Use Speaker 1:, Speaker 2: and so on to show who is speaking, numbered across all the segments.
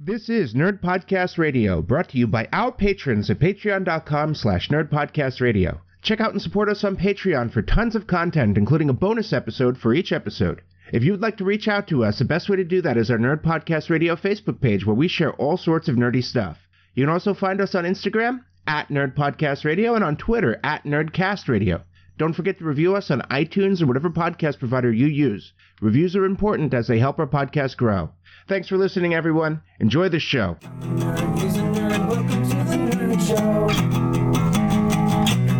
Speaker 1: This is Nerd Podcast Radio, brought to you by our patrons at patreon.com slash nerdpodcastradio. Check out and support us on Patreon for tons of content, including a bonus episode for each episode. If you would like to reach out to us, the best way to do that is our Nerd Podcast Radio Facebook page, where we share all sorts of nerdy stuff. You can also find us on Instagram, at Nerd Podcast Radio, and on Twitter, at Nerdcast Radio. Don't forget to review us on iTunes or whatever podcast provider you use. Reviews are important as they help our podcast grow. Thanks for listening, everyone. Enjoy the show.
Speaker 2: Nerd is a nerd. Welcome to the Nerd Show.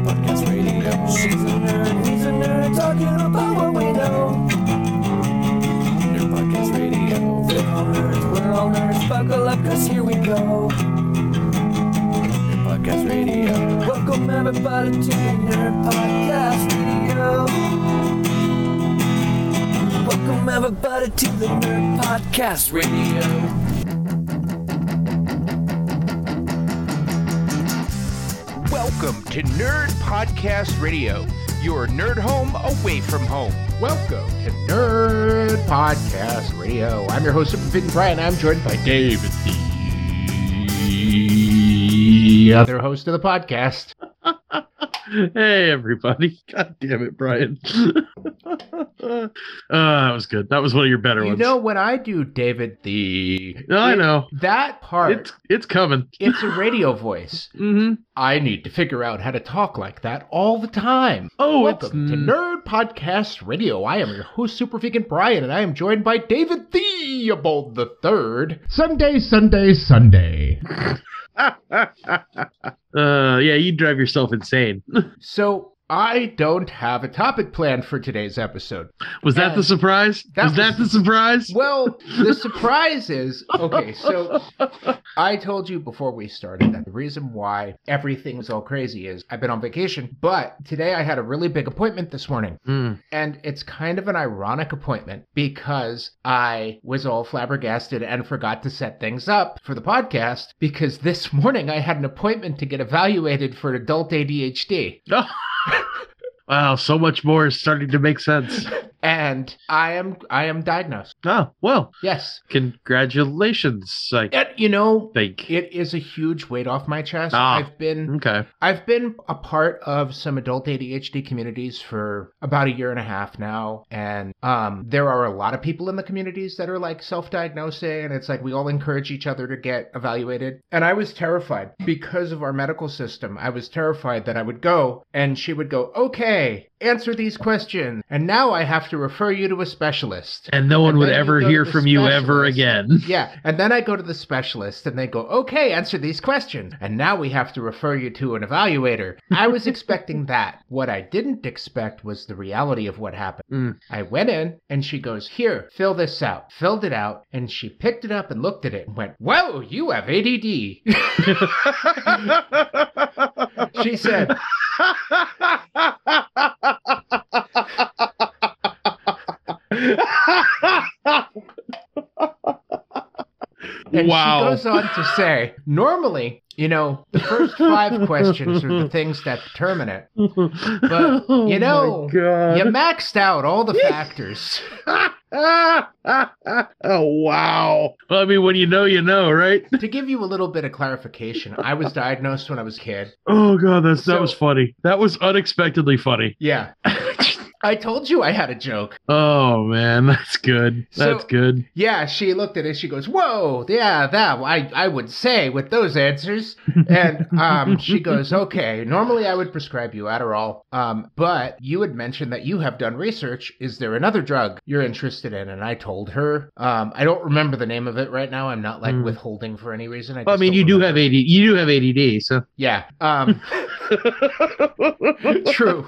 Speaker 2: Podcast radio. She's a nerd. He's a nerd. Talking about what we know. Nerd Podcast Radio. We're all nerds. We're all nerds. Buckle up, cause here we go. Nerd Podcast Radio. Welcome, everybody, to the Nerd Podcast Radio. Welcome, everybody, to the Nerd Podcast Radio.
Speaker 1: Welcome to Nerd Podcast Radio, your nerd home away from home. Welcome to Nerd Podcast Radio. I'm your host, Vin Bryan. I'm joined by Dave, the other host of the podcast.
Speaker 3: hey everybody god damn it brian uh, that was good that was one of your better
Speaker 1: You
Speaker 3: ones
Speaker 1: know when I do David the
Speaker 3: No, i know
Speaker 1: that part
Speaker 3: it's it's coming
Speaker 1: it's a radio voice.
Speaker 3: mm-hmm.
Speaker 1: I need to figure out how to talk like that all the time.
Speaker 3: oh it's
Speaker 1: Welcome to
Speaker 3: n-
Speaker 1: Nerd Podcast Radio. I am your host, Super Vegan Brian, and I am joined by David Theobald the Third. Sunday, Sunday, Sunday.
Speaker 3: uh yeah you drive yourself insane
Speaker 1: So I don't have a topic planned for today's episode.
Speaker 3: was that
Speaker 1: Yeah.
Speaker 3: the surprise
Speaker 1: That
Speaker 3: was, that the surprise
Speaker 1: Well, the surprise is okay. So I told you before we started that the reason why everything is all crazy is I've been on vacation, but today I had a really big appointment this morning.
Speaker 3: Mm.
Speaker 1: And it's kind of an ironic appointment because I was all flabbergasted and forgot to set things up for the podcast because this morning I had an appointment to get evaluated for adult ADHD.
Speaker 3: wow so much more is starting to make sense
Speaker 1: And I am I am diagnosed.
Speaker 3: oh well
Speaker 1: Yes.
Speaker 3: congratulations i
Speaker 1: And you know,
Speaker 3: think
Speaker 1: it is a huge weight off my chest.
Speaker 3: Ah.
Speaker 1: I've been
Speaker 3: okay
Speaker 1: I've been a part of some adult ADHD communities for about a year and a half now, and um, there are a lot of people in the communities that are like self-diagnosing, and it's like we all encourage each other to get evaluated. And I was terrified because of our medical system. I was terrified that I would go, and she would go, "Okay, answer these questions," and now I have to refer you to a specialist.
Speaker 3: and no one
Speaker 1: And
Speaker 3: would
Speaker 1: then you
Speaker 3: ever
Speaker 1: go to
Speaker 3: hear
Speaker 1: the
Speaker 3: from you ever
Speaker 1: specialist.
Speaker 3: again
Speaker 1: Yeah, and then I go to the specialist and they go, okay, answer these questions. And now we have to refer you to an evaluator. I was expecting that. What I didn't expect was the reality of what happened.
Speaker 3: Mm.
Speaker 1: I went in and she goes, here, fill this out. Filled it out and she picked it up and looked at it and went, whoa, you have ADD. she said, And
Speaker 3: wow.
Speaker 1: she goes on to say, normally, you know, the first five questions are the things that determine it.
Speaker 3: but
Speaker 1: you know, You
Speaker 3: Oh God.
Speaker 1: maxed out all the factors.
Speaker 3: oh wow. Well, I mean, when you know, you know, right?
Speaker 1: to give you a little bit of clarification, I was diagnosed when I was a kid.
Speaker 3: Oh god, that's
Speaker 1: So-
Speaker 3: that was funny. That was unexpectedly funny.
Speaker 1: Yeah. I told you I had a joke.
Speaker 3: oh man, that's good. That's
Speaker 1: So-
Speaker 3: good.
Speaker 1: Yeah, she looked at it. She goes, "Whoa, yeah, that I I would say with those answers." And um, she goes, "Okay, normally I would prescribe you Adderall, um, but you had mentioned that you have done research. Is there another drug you're interested in?" And I told her, um, I don't remember the name of it right now. I'm not like
Speaker 3: Hmm.
Speaker 1: withholding for any reason. I,
Speaker 3: Well, I
Speaker 1: just
Speaker 3: mean,
Speaker 1: don't
Speaker 3: you do
Speaker 1: remember.
Speaker 3: have AD. You do have ADD, so
Speaker 1: yeah, um, true.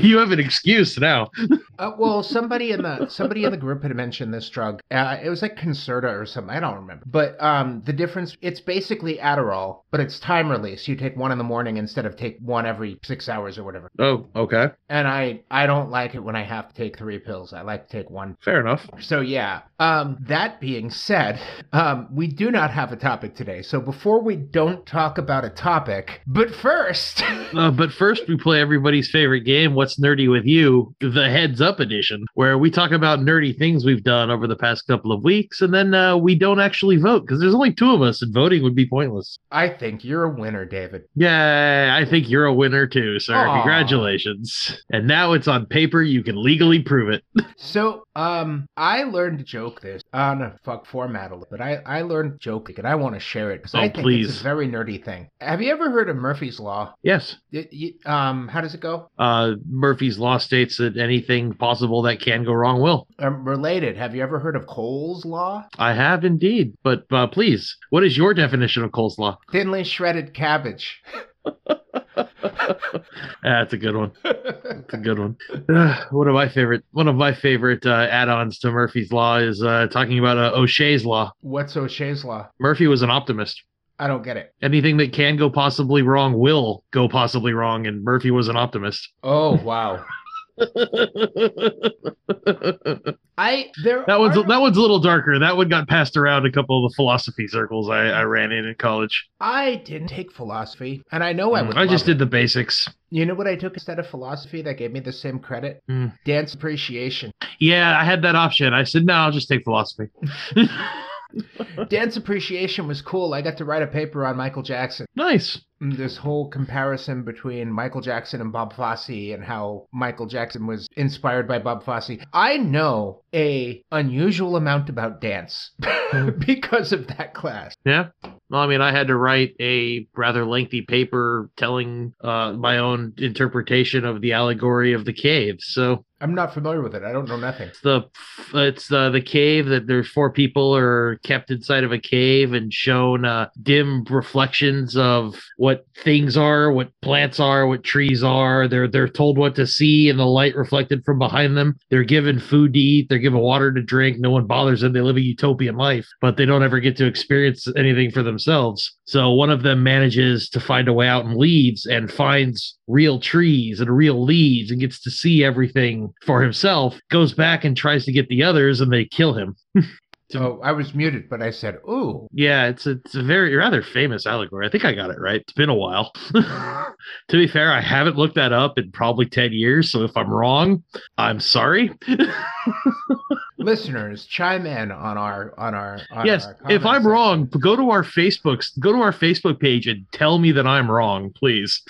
Speaker 3: you have an excuse now.
Speaker 1: Uh, well, somebody in the somebody in the group had mentioned this drug. Uh, it was like Concerta or something. I don't remember. But um, the difference it's basically Adderall, but it's time release. You take one in the morning instead of take one every six hours or whatever.
Speaker 3: Oh, okay,
Speaker 1: And I I don't like it when I have to take three pills. I like to take one.
Speaker 3: fair enough.
Speaker 1: So yeah. Um, that being said, um, we do not have a topic today. So before we don't talk about a topic, but first.
Speaker 3: Uh, but first, we play everybody's favorite game What's Nerdy with You, the Heads Up edition, where we talk about nerdy things we've done over the past couple of weeks, and then uh, we don't actually vote because there's only two of us, and voting would be pointless.
Speaker 1: I think you're a winner, David.
Speaker 3: Yeah, I think you're a winner too, sir.
Speaker 1: Aw.
Speaker 3: Congratulations. And now it's on paper. You can legally prove it.
Speaker 1: So, um, I learned to joke this on a fuck format a little, but I I learned joking, and I want to share it because
Speaker 3: Oh,
Speaker 1: I think it's
Speaker 3: please.
Speaker 1: a very nerdy thing. Have you ever heard of Murphy's Law?
Speaker 3: Yes.
Speaker 1: Y- y- um, how does it go?
Speaker 3: Uh, Murphy's Law states that anything possible that can go wrong will.
Speaker 1: Um, related, have you ever heard of Cole's Law?
Speaker 3: I have indeed. But uh, please, what is your definition of coleslaw?
Speaker 1: Thinly shredded cabbage.
Speaker 3: That's a good one. That's a good one. Uh, one of my favorite one of my favorite uh, add-ons to Murphy's Law is uh, talking about uh, O'Shea's Law.
Speaker 1: What's O'Shea's Law?
Speaker 3: Murphy was an optimist.
Speaker 1: I don't get it.
Speaker 3: Anything that can go possibly wrong will go possibly wrong, and Murphy was an optimist.
Speaker 1: Oh wow.
Speaker 3: that
Speaker 1: I there
Speaker 3: one's
Speaker 1: are-
Speaker 3: that one's a little darker. That one got passed around a couple of the philosophy circles I, I ran in in college.
Speaker 1: I didn't take philosophy, and I know Oh, I would.
Speaker 3: Mm, I just
Speaker 1: love it.
Speaker 3: did the basics.
Speaker 1: You know what I took instead of philosophy that gave me the same credit?
Speaker 3: Hmm.
Speaker 1: Dance appreciation.
Speaker 3: Yeah, I had that option. I said no, I'll just take philosophy.
Speaker 1: Dance appreciation was cool. I got to write a paper on Michael Jackson.
Speaker 3: nice.
Speaker 1: Mm, This whole comparison between Michael Jackson and Bob Fosse and how Michael Jackson was inspired by Bob Fosse. I know a unusual amount about dance
Speaker 3: Hmm.
Speaker 1: because of that class.
Speaker 3: Yeah. Well, I mean, I had to write a rather lengthy paper telling uh, my own interpretation of the allegory of the cave. So
Speaker 1: I'm not familiar with it. I don't know nothing.
Speaker 3: it's the it's uh, the cave that there's four people are kept inside of a cave and shown uh, dim reflections of what things are, what plants are, what trees are. They're they're told what to see and the light reflected from behind them. They're given food to eat, they're given water to drink. No one bothers them. They live a utopian life, but they don't ever get to experience anything for themselves. So one of them manages to find a way out and leaves and finds real trees and real leaves and gets to see everything for himself. Goes back and tries to get the others, and they kill him.
Speaker 1: So Oh, I was muted, but I said, ooh.
Speaker 3: Yeah, it's a, it's a very rather famous allegory. I think I got it right. It's been a while. to be fair, I haven't looked that up in probably 10 years, so if I'm wrong, I'm sorry.
Speaker 1: Listeners, chime in on our on our on
Speaker 3: yes,
Speaker 1: our
Speaker 3: if
Speaker 1: comment
Speaker 3: I'm
Speaker 1: section.
Speaker 3: wrong, go to our Facebooks, go to our Facebook page and tell me that I'm wrong, please.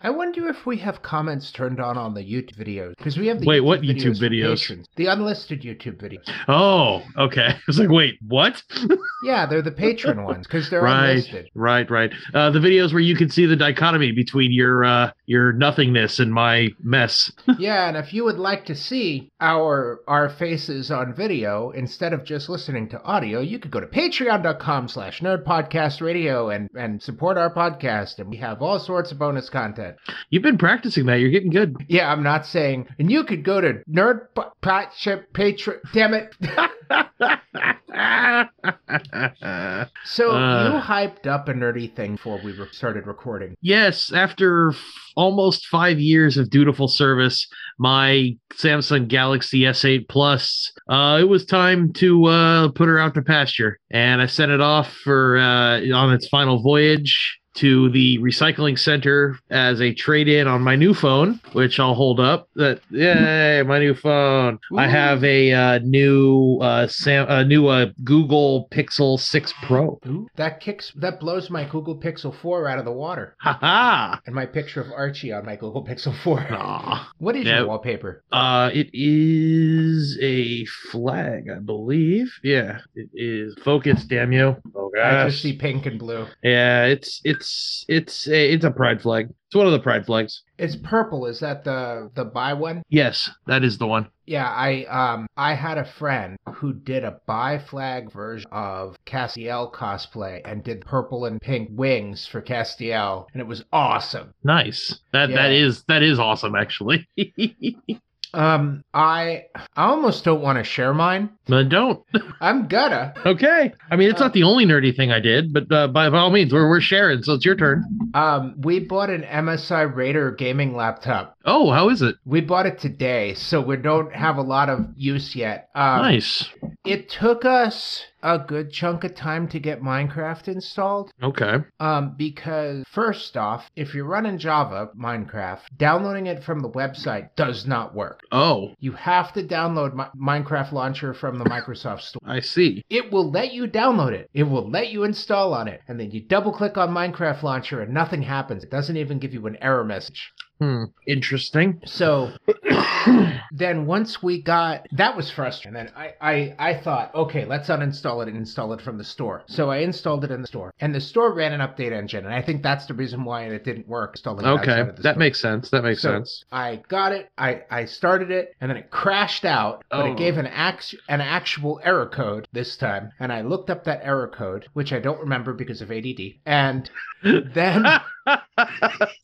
Speaker 1: I wonder if we have comments turned on on the YouTube videos because we have the
Speaker 3: Wait, what YouTube
Speaker 1: for
Speaker 3: videos?
Speaker 1: patrons. the unlisted YouTube videos.
Speaker 3: Oh, okay. I was like, "Wait, what?"
Speaker 1: Yeah, they're the patron ones because they're
Speaker 3: Right.
Speaker 1: unlisted.
Speaker 3: right, right. Uh, the videos where you can see the dichotomy between your uh, your nothingness and my mess.
Speaker 1: Yeah, and if you would like to see our our faces on video instead of just listening to audio, you could go to patreon.com slash nerdpodcastradio and and support our podcast and we have all sorts of bonus content.
Speaker 3: You've been practicing that. You're getting good.
Speaker 1: Yeah, I'm not saying. And you could go to nerd po- po- shit, patron. Damn it! So
Speaker 3: Uh.
Speaker 1: you hyped up a nerdy thing before we re- started recording.
Speaker 3: yes, after f- almost five years of dutiful service, my Samsung Galaxy S8 Plus, uh, it was time to uh, put her out to pasture, and I sent it off for uh, on its final voyage. To the recycling center as a trade in on my new phone, which I'll hold up. That yay, my new phone! I
Speaker 1: Ooh.
Speaker 3: have a uh, new uh, Sam, a new uh, Google Pixel Six Pro.
Speaker 1: That kicks. That blows my Google Pixel 4 out of the water.
Speaker 3: Ha ha!
Speaker 1: And my picture of Archie on my Google Pixel 4.
Speaker 3: Aw.
Speaker 1: What is
Speaker 3: Yeah.
Speaker 1: your wallpaper?
Speaker 3: Uh, it is a flag, I believe. Yeah, it is. Focus, damn you! Oh
Speaker 1: I just see pink and blue.
Speaker 3: Yeah, it's it's it's a, it's a pride flag. It's one of the pride flags.
Speaker 1: It's purple. Is that the the buy one?
Speaker 3: Yes, that is the one.
Speaker 1: Yeah, I um I had a friend who did a bi flag version of Castiel cosplay and did purple and pink wings for Castiel, and it was awesome.
Speaker 3: Nice. That that
Speaker 1: Yeah.
Speaker 3: is that is awesome. Actually,
Speaker 1: Um, I I almost don't want to share mine.
Speaker 3: but don't.
Speaker 1: I'm gonna.
Speaker 3: Okay. I mean, it's not the only nerdy thing I did, but uh, by, by all means, we're we're sharing. So it's your turn.
Speaker 1: Um, we bought an MSI Raider gaming laptop.
Speaker 3: Oh, how is it?
Speaker 1: We bought it today, so we don't have a lot of use yet. Um,
Speaker 3: nice.
Speaker 1: It took us a good chunk of time to get Minecraft installed.
Speaker 3: Okay.
Speaker 1: Um, because first off, if you're running Java Minecraft, downloading it from the website does not work.
Speaker 3: Oh,
Speaker 1: You have to download Mi- Minecraft Launcher from the Microsoft Store.
Speaker 3: I see.
Speaker 1: It will let you download it. It will let you install on it, and then you double click on Minecraft Launcher, and nothing happens. It doesn't even give you an error message.
Speaker 3: Hmm. Interesting.
Speaker 1: So then once we got that was frustrating then I, I i thought okay let's uninstall it and install it from the store so i installed it in the store and the store ran an update engine and i think that's the reason why it didn't work installing it
Speaker 3: okay,
Speaker 1: outside of the
Speaker 3: that
Speaker 1: store.
Speaker 3: makes sense. That makes
Speaker 1: So,
Speaker 3: sense.
Speaker 1: i got it i i started it and then it crashed out but
Speaker 3: Oh.
Speaker 1: it gave an act an actual error code this time and i looked up that error code which i don't remember because of add and then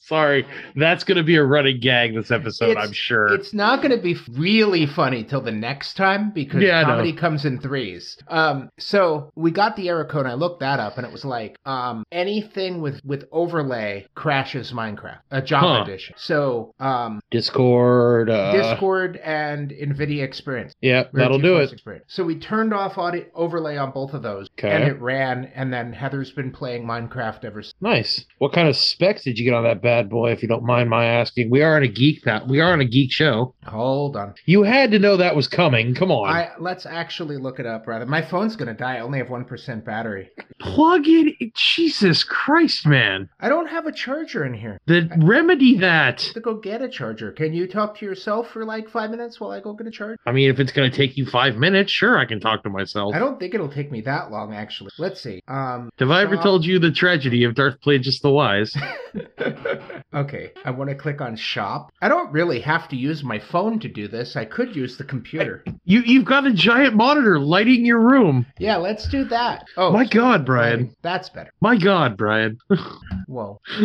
Speaker 3: Sorry, that's going to be a running gag this episode,
Speaker 1: It's-
Speaker 3: I'm sure.
Speaker 1: It's not going to be really funny till the next time because
Speaker 3: Yeah, I know.
Speaker 1: comedy comes in threes. Um, so we got the error code. And I looked that up, and it was like um, anything with with overlay crashes Minecraft, a Java
Speaker 3: Huh.
Speaker 1: edition. So um,
Speaker 3: Discord. Uh,
Speaker 1: Discord and NVIDIA Experience.
Speaker 3: Yeah,
Speaker 1: or
Speaker 3: that'll do
Speaker 1: GeForce
Speaker 3: it.
Speaker 1: Experience. So we turned off audi- overlay on both of those,
Speaker 3: Okay.
Speaker 1: and it ran. And then Heather's been playing Minecraft ever since.
Speaker 3: Nice. What kind of specs did you get on that bad boy? If you don't mind my asking, we are on a geek. pa- We are on a geek show.
Speaker 1: Hold on.
Speaker 3: You had to know that was coming. Come on.
Speaker 1: I let's actually look it up rather. My phone's gonna die. I only have one percent battery.
Speaker 3: Plug in. Jesus Christ, man.
Speaker 1: I don't have a charger in here.
Speaker 3: The remedy that.
Speaker 1: To go get a charger. Can you talk to yourself for like five minutes while I go get a charger?
Speaker 3: I mean, if it's going to take you five minutes, sure, I can talk to myself.
Speaker 1: I don't think it'll take me that long, actually. Let's see. Um.
Speaker 3: Have I ever
Speaker 1: shop-
Speaker 3: told you the tragedy of Darth Plagueis the Wise?
Speaker 1: okay, I want to click on shop. I don't really have to use my phone to do this. I could use the computer.
Speaker 3: You you've got a giant monitor lighting your room.
Speaker 1: Yeah, let's do that. Oh
Speaker 3: My God, Brian.
Speaker 1: that's better.
Speaker 3: My God, Brian.
Speaker 1: Whoa.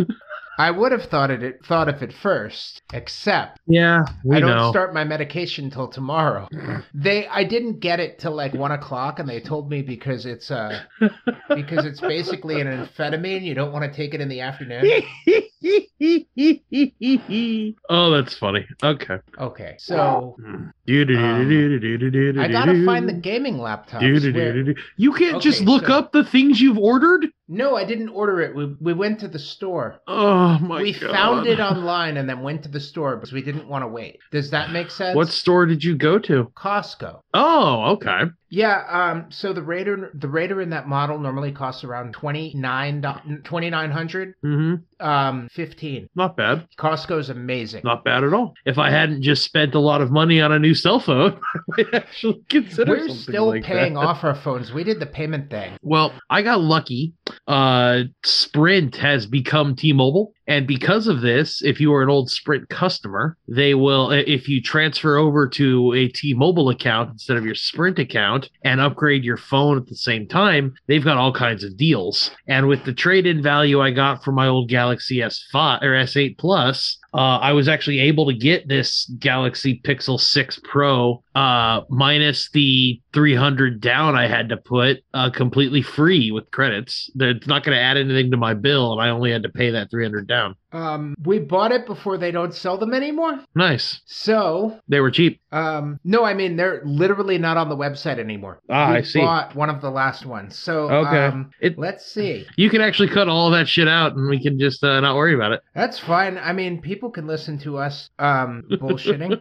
Speaker 1: I would have thought of it thought of it first, except
Speaker 3: Yeah, we
Speaker 1: I don't
Speaker 3: know.
Speaker 1: start my medication till tomorrow. They, I didn't get it till like one o'clock, and they told me because it's uh because it's basically an amphetamine. You don't want to take it in the afternoon.
Speaker 3: oh, that's funny.
Speaker 1: Um,
Speaker 3: Okay.
Speaker 1: Okay, so
Speaker 3: I
Speaker 1: I gotta find the gaming laptop. Where-
Speaker 3: You can't just
Speaker 1: Okay,
Speaker 3: look
Speaker 1: so-
Speaker 3: up the things you've ordered.
Speaker 1: No, I didn't order it. We we went to the store.
Speaker 3: Oh my
Speaker 1: we
Speaker 3: God.
Speaker 1: found it online and then went to the store because we didn't want to wait. Does that make sense?
Speaker 3: What store did you go to?
Speaker 1: Costco?
Speaker 3: Oh, okay.
Speaker 1: Yeah, um, so the Raider the Raider in that model normally costs around twenty nine twenty nine hundred
Speaker 3: hmm
Speaker 1: um 15
Speaker 3: Not bad.
Speaker 1: costco's amazing
Speaker 3: Not bad at all. If I hadn't just spent a lot of money on a new cell phone, I might actually consider
Speaker 1: we're
Speaker 3: something
Speaker 1: still
Speaker 3: like
Speaker 1: paying
Speaker 3: that.
Speaker 1: off our phones we did the payment thing
Speaker 3: Well, I got lucky. Uh, Sprint has become T-Mobile, and because of this, if you are an old Sprint customer, they will. i- If you transfer over to a T-Mobile account instead of your Sprint account and upgrade your phone at the same time, they've got all kinds of deals. And with the trade-in value I got for my old Galaxy S5 or S8 Plus, uh, I was actually able to get this Galaxy Pixel 6 Pro uh, minus the 300 down I had to put uh, completely free with credits. They're- It's not going to add anything to my bill, and I only had to pay that 300 down.
Speaker 1: um we bought it before they don't sell them anymore
Speaker 3: Nice.
Speaker 1: so
Speaker 3: They were cheap.
Speaker 1: um no i mean they're literally not on the website anymore
Speaker 3: Ah,
Speaker 1: we
Speaker 3: I see.
Speaker 1: bought one of the last ones so
Speaker 3: Okay.
Speaker 1: um
Speaker 3: It-
Speaker 1: let's see
Speaker 3: You can actually cut all that shit out, and we can just uh, not worry about it.
Speaker 1: that's fine i mean people can listen to us um bullshitting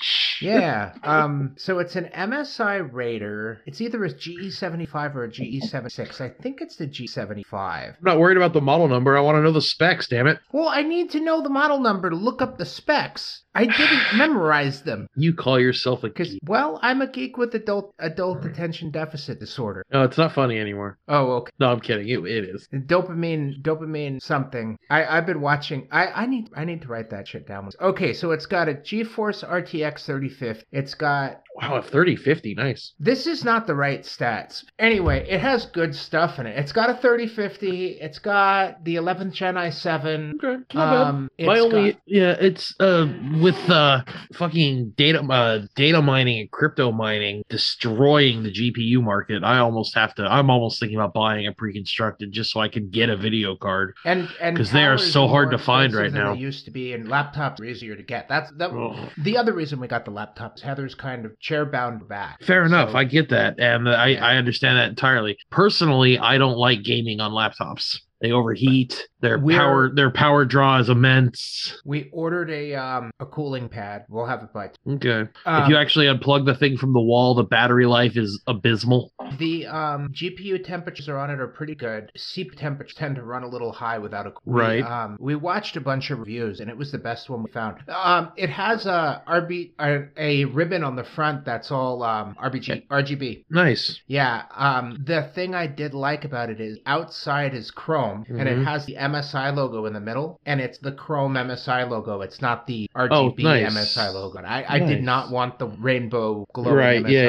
Speaker 3: Stretch.
Speaker 1: yeah um so it's an msi raider it's either a ge75 or a ge76 i think it's the E ge75
Speaker 3: I'm not worried about the model number. I want to know the specs. Damn it.
Speaker 1: Well, I need to know the model number to look up the specs. I didn't memorize them
Speaker 3: You call yourself a
Speaker 1: because,
Speaker 3: geek.
Speaker 1: well, I'm a geek with adult adult attention deficit disorder.
Speaker 3: No, it's not funny anymore.
Speaker 1: Oh, okay.
Speaker 3: No, I'm kidding. It, it is.
Speaker 1: Dopamine, dopamine, something. I I've been watching. I I need I need to write that shit down. Okay, so it's got a GeForce RTX 3050. It's got.
Speaker 3: Wow, a 3050. Nice.
Speaker 1: This is not the right stats. Anyway, it has good stuff in it. It's got a 3050. It's got the 11th Gen i7.
Speaker 3: Okay, not bad. My
Speaker 1: Um, it's
Speaker 3: only
Speaker 1: got-
Speaker 3: yeah, it's uh with uh fucking data uh data mining and crypto mining destroying the GPU market. I almost have to. I'm almost thinking about buying a pre-constructed just so I can get a video card.
Speaker 1: and and
Speaker 3: 'cause they are
Speaker 1: towers
Speaker 3: so hard
Speaker 1: more
Speaker 3: to find
Speaker 1: expensive
Speaker 3: right
Speaker 1: than
Speaker 3: now.
Speaker 1: They used to be, and laptops are easier to get. That's that.
Speaker 3: Ugh.
Speaker 1: The other reason we got the laptops, Heather's kind of chair bound back.
Speaker 3: Fair enough,
Speaker 1: So-
Speaker 3: I get that, and I
Speaker 1: Yeah.
Speaker 3: I understand that entirely. Personally, I don't like gaming on laptops. They overheat. Their
Speaker 1: We're-
Speaker 3: power their power draw is immense.
Speaker 1: we ordered a um a cooling pad. We'll have it by.
Speaker 3: Okay. if
Speaker 1: Um,
Speaker 3: you actually unplug the thing from the wall, the battery life is abysmal.
Speaker 1: the um GPU temperatures are on it are pretty good. CPU temperatures tend to run a little high without a cool.
Speaker 3: Right.
Speaker 1: um, we watched a bunch of reviews, and it was the best one we found. Um, it has a RB a, a ribbon on the front that's all um
Speaker 3: Eh.
Speaker 1: RBG RGB.
Speaker 3: Nice.
Speaker 1: Yeah. Um, the thing I did like about it is outside is Chrome, and it
Speaker 3: Mhm.
Speaker 1: has the MSI logo in the middle, and it's the Chrome MSI logo. It's not the RGB
Speaker 3: Oh, nice.
Speaker 1: MSI logo. I, I did
Speaker 3: Nice.
Speaker 1: not want the rainbow glowing MSI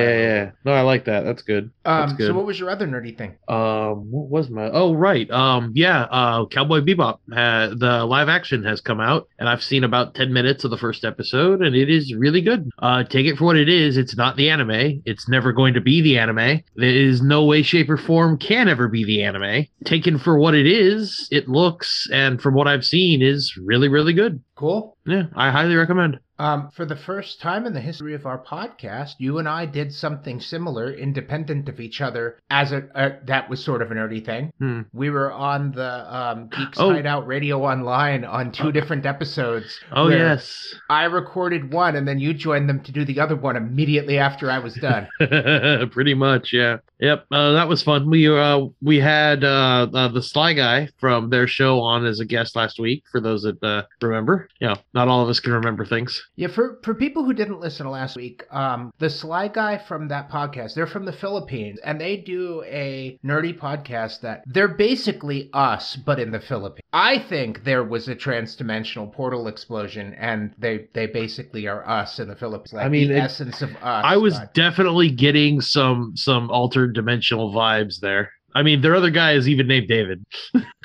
Speaker 1: logo.
Speaker 3: No, I like that. That's good. That's
Speaker 1: Um, so
Speaker 3: good.
Speaker 1: what was your other nerdy thing?
Speaker 3: Um, what was my? Oh, right. Um, yeah. Uh, Cowboy Bebop. Uh, the live action has come out, and I've seen about ten minutes of the first episode, and it is really good. Uh, take it for what it is. It's not the anime. It's never going to be the anime. There is no way, shape, or form can ever be the anime. Taken for what it is, it looks, and from what I've seen, is really, really good.
Speaker 1: Cool.
Speaker 3: Yeah, I highly recommend.
Speaker 1: Um, for the first time in the history of our podcast, you and I did something similar, independent of each other, as a, a that was sort of a nerdy thing.
Speaker 3: Hmm.
Speaker 1: We were on the um, Geeks
Speaker 3: Oh.
Speaker 1: Hideout Radio Online on two different episodes.
Speaker 3: Oh
Speaker 1: where
Speaker 3: yes.
Speaker 1: I recorded one, and then you joined them to do the other one immediately after I was done.
Speaker 3: Pretty much, yeah. Yep, uh, that was fun. We uh, we had uh, uh, the Sly Guy from their show on as a guest last week. For those that uh, remember, yeah, not all of us can remember things.
Speaker 1: yeah, for for people who didn't listen to last week, um, the Sly Guy from that podcast, they're from the Philippines, and they do a nerdy podcast that they're basically us, but in the Philippines. I think there was a transdimensional portal explosion, and they they basically are us in the Philippines. Like
Speaker 3: I mean,
Speaker 1: the
Speaker 3: it-
Speaker 1: essence of us.
Speaker 3: I was
Speaker 1: but-
Speaker 3: definitely getting some some altered dimensional vibes there. I mean, their other guy is even named David.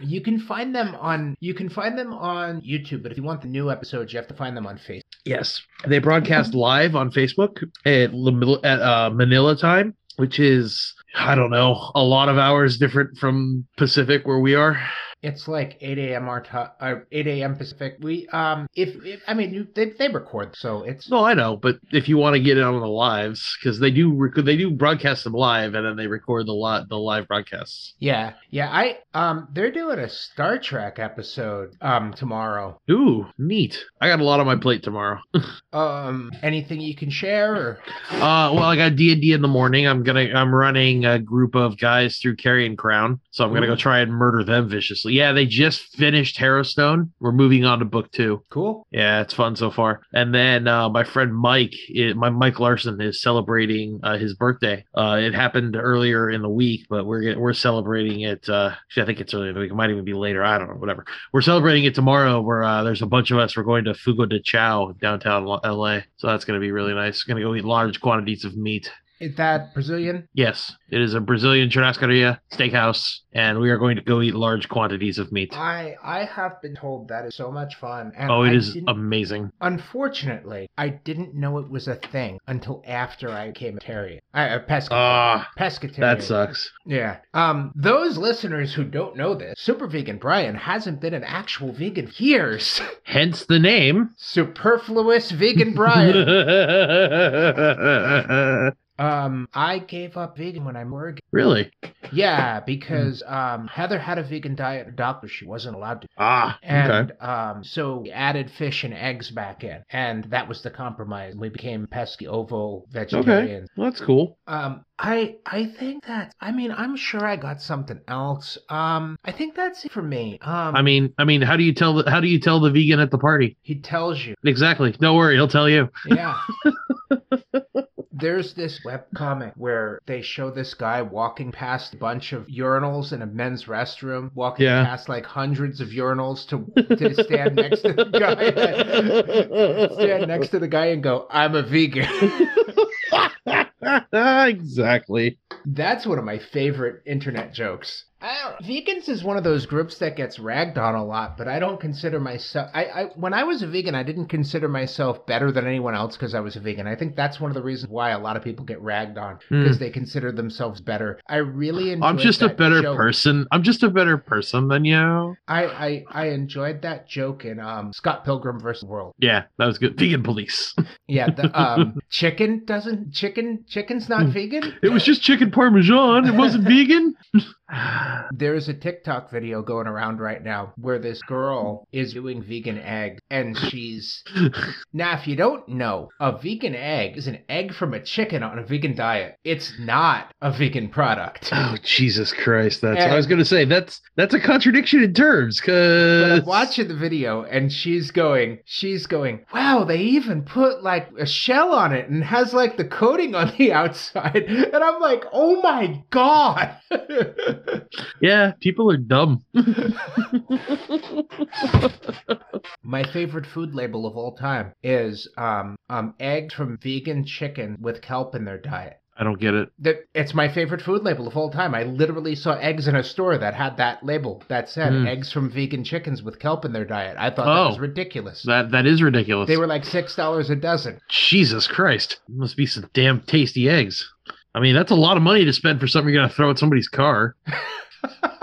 Speaker 1: You can find them on you can find them on YouTube, but if you want the new episodes, you have to find them on Facebook.
Speaker 3: Yes, they broadcast live on Facebook at the middle- at uh, Manila time, which is I don't know a lot of hours different from Pacific where we are.
Speaker 1: It's like 8 a.m. our time, uh, 8 a.m. Pacific. We um, if, if I mean you, they they record, so it's
Speaker 3: No, I know, but if you want to get in on the lives, because they do rec- they do broadcast them live, and then they record the lot the live broadcasts.
Speaker 1: yeah yeah. I um, they're doing a Star Trek episode um tomorrow.
Speaker 3: Ooh, neat! I got a lot on my plate tomorrow.
Speaker 1: Um, anything you can share? Or,
Speaker 3: Uh, well, I got D and D in the morning. I'm gonna I'm running a group of guys through Carrion Crown, so I'm gonna go
Speaker 1: Ooh.
Speaker 3: try and murder them viciously. Yeah, they just finished Harrowstone. We're moving on to book two.
Speaker 1: cool.
Speaker 3: Yeah, it's fun so far. And then uh, my friend Mike, it, my Mike Larson, is celebrating uh, his birthday. Uh, it happened earlier in the week, but we're get, we're celebrating it. Uh, actually, I think it's earlier in the week. It might even be later. I don't know. Whatever. We're celebrating it tomorrow. Where uh, there's a bunch of us. We're going to Fugo de Chao downtown L- L.A. So that's gonna be really nice. Gonna go eat large quantities of meat.
Speaker 1: Is that Brazilian?
Speaker 3: Yes, it is a Brazilian churrascaria steakhouse, and we are going to go eat large quantities of meat.
Speaker 1: I I have been told that is so much fun. And
Speaker 3: Oh, it
Speaker 1: I
Speaker 3: is
Speaker 1: didn't-
Speaker 3: amazing.
Speaker 1: Unfortunately, I didn't know it was a thing until after I became a pescatarian. I, a pescatarian.
Speaker 3: Ah,
Speaker 1: pescatarian.
Speaker 3: that sucks.
Speaker 1: Yeah. Um, those listeners who don't know this, Super Vegan Brian hasn't been an actual vegan for years.
Speaker 3: Hence the name.
Speaker 1: Superfluous Vegan Brian. um, I gave up vegan when I moved.
Speaker 3: really?
Speaker 1: Yeah, because um, Heather had a vegan diet. Her doctor, she wasn't allowed to.
Speaker 3: Ah,
Speaker 1: And
Speaker 3: okay.
Speaker 1: um, so we added fish and eggs back in, and that was the compromise. We became pesky ovo vegetarians.
Speaker 3: Well, that's cool.
Speaker 1: Um, I I think that I mean I'm sure I got something else. Um, I think that's it for me. Um,
Speaker 3: I mean, I mean, how do you tell the how do you tell the vegan at the party?
Speaker 1: he tells you,
Speaker 3: Exactly. Don't worry, he'll tell you.
Speaker 1: yeah. There's this webcomic where they show this guy walking past a bunch of urinals in a men's restroom, walking
Speaker 3: Yeah.
Speaker 1: past like hundreds of urinals to to stand next to the guy, stand next to the guy and go, "I'm a vegan."
Speaker 3: exactly.
Speaker 1: That's one of my favorite internet jokes. I don't, vegans is one of those groups that gets ragged on a lot, but I don't consider myself. I, I when I was a vegan, I didn't consider myself better than anyone else because I was a vegan. I think that's one of the reasons why a lot of people get ragged on because they consider themselves better. I really enjoyed.
Speaker 3: Hmm. I'm just a
Speaker 1: that
Speaker 3: better
Speaker 1: joke.
Speaker 3: person. I'm just a better person than you.
Speaker 1: I, I I enjoyed that joke in um Scott Pilgrim versus the World.
Speaker 3: Yeah, that was good. Vegan police.
Speaker 1: Yeah, the, um chicken doesn't chicken chicken's not vegan.
Speaker 3: Hmm. It was just chicken parmesan. It wasn't vegan.
Speaker 1: There is a TikTok video going around right now where this girl is doing vegan egg and she's now if you don't know, a vegan egg is an egg from a chicken on a vegan diet. It's not a vegan product.
Speaker 4: Oh Jesus Christ! That's I was
Speaker 1: And-
Speaker 4: gonna say that's that's a contradiction in terms
Speaker 1: But
Speaker 4: because
Speaker 1: I'm watching the video and she's going, she's going, wow, they even put like a shell on it and has like the coating on the outside. And I'm like, oh my God.
Speaker 3: yeah, people are dumb.
Speaker 1: my favorite food label of all time is um, um, eggs from vegan chicken with kelp in their diet.
Speaker 3: I don't get it.
Speaker 1: That it's my favorite food label of all time. I literally saw eggs in a store that had that label that said
Speaker 3: Mm.
Speaker 1: eggs from vegan chickens with kelp in their diet. I thought
Speaker 3: Oh.
Speaker 1: that was ridiculous.
Speaker 3: That that is ridiculous.
Speaker 1: they were like six dollars a dozen.
Speaker 3: Jesus Christ. Must be some damn tasty eggs. I mean, that's a lot of money to spend for something you're gonna throw at somebody's car.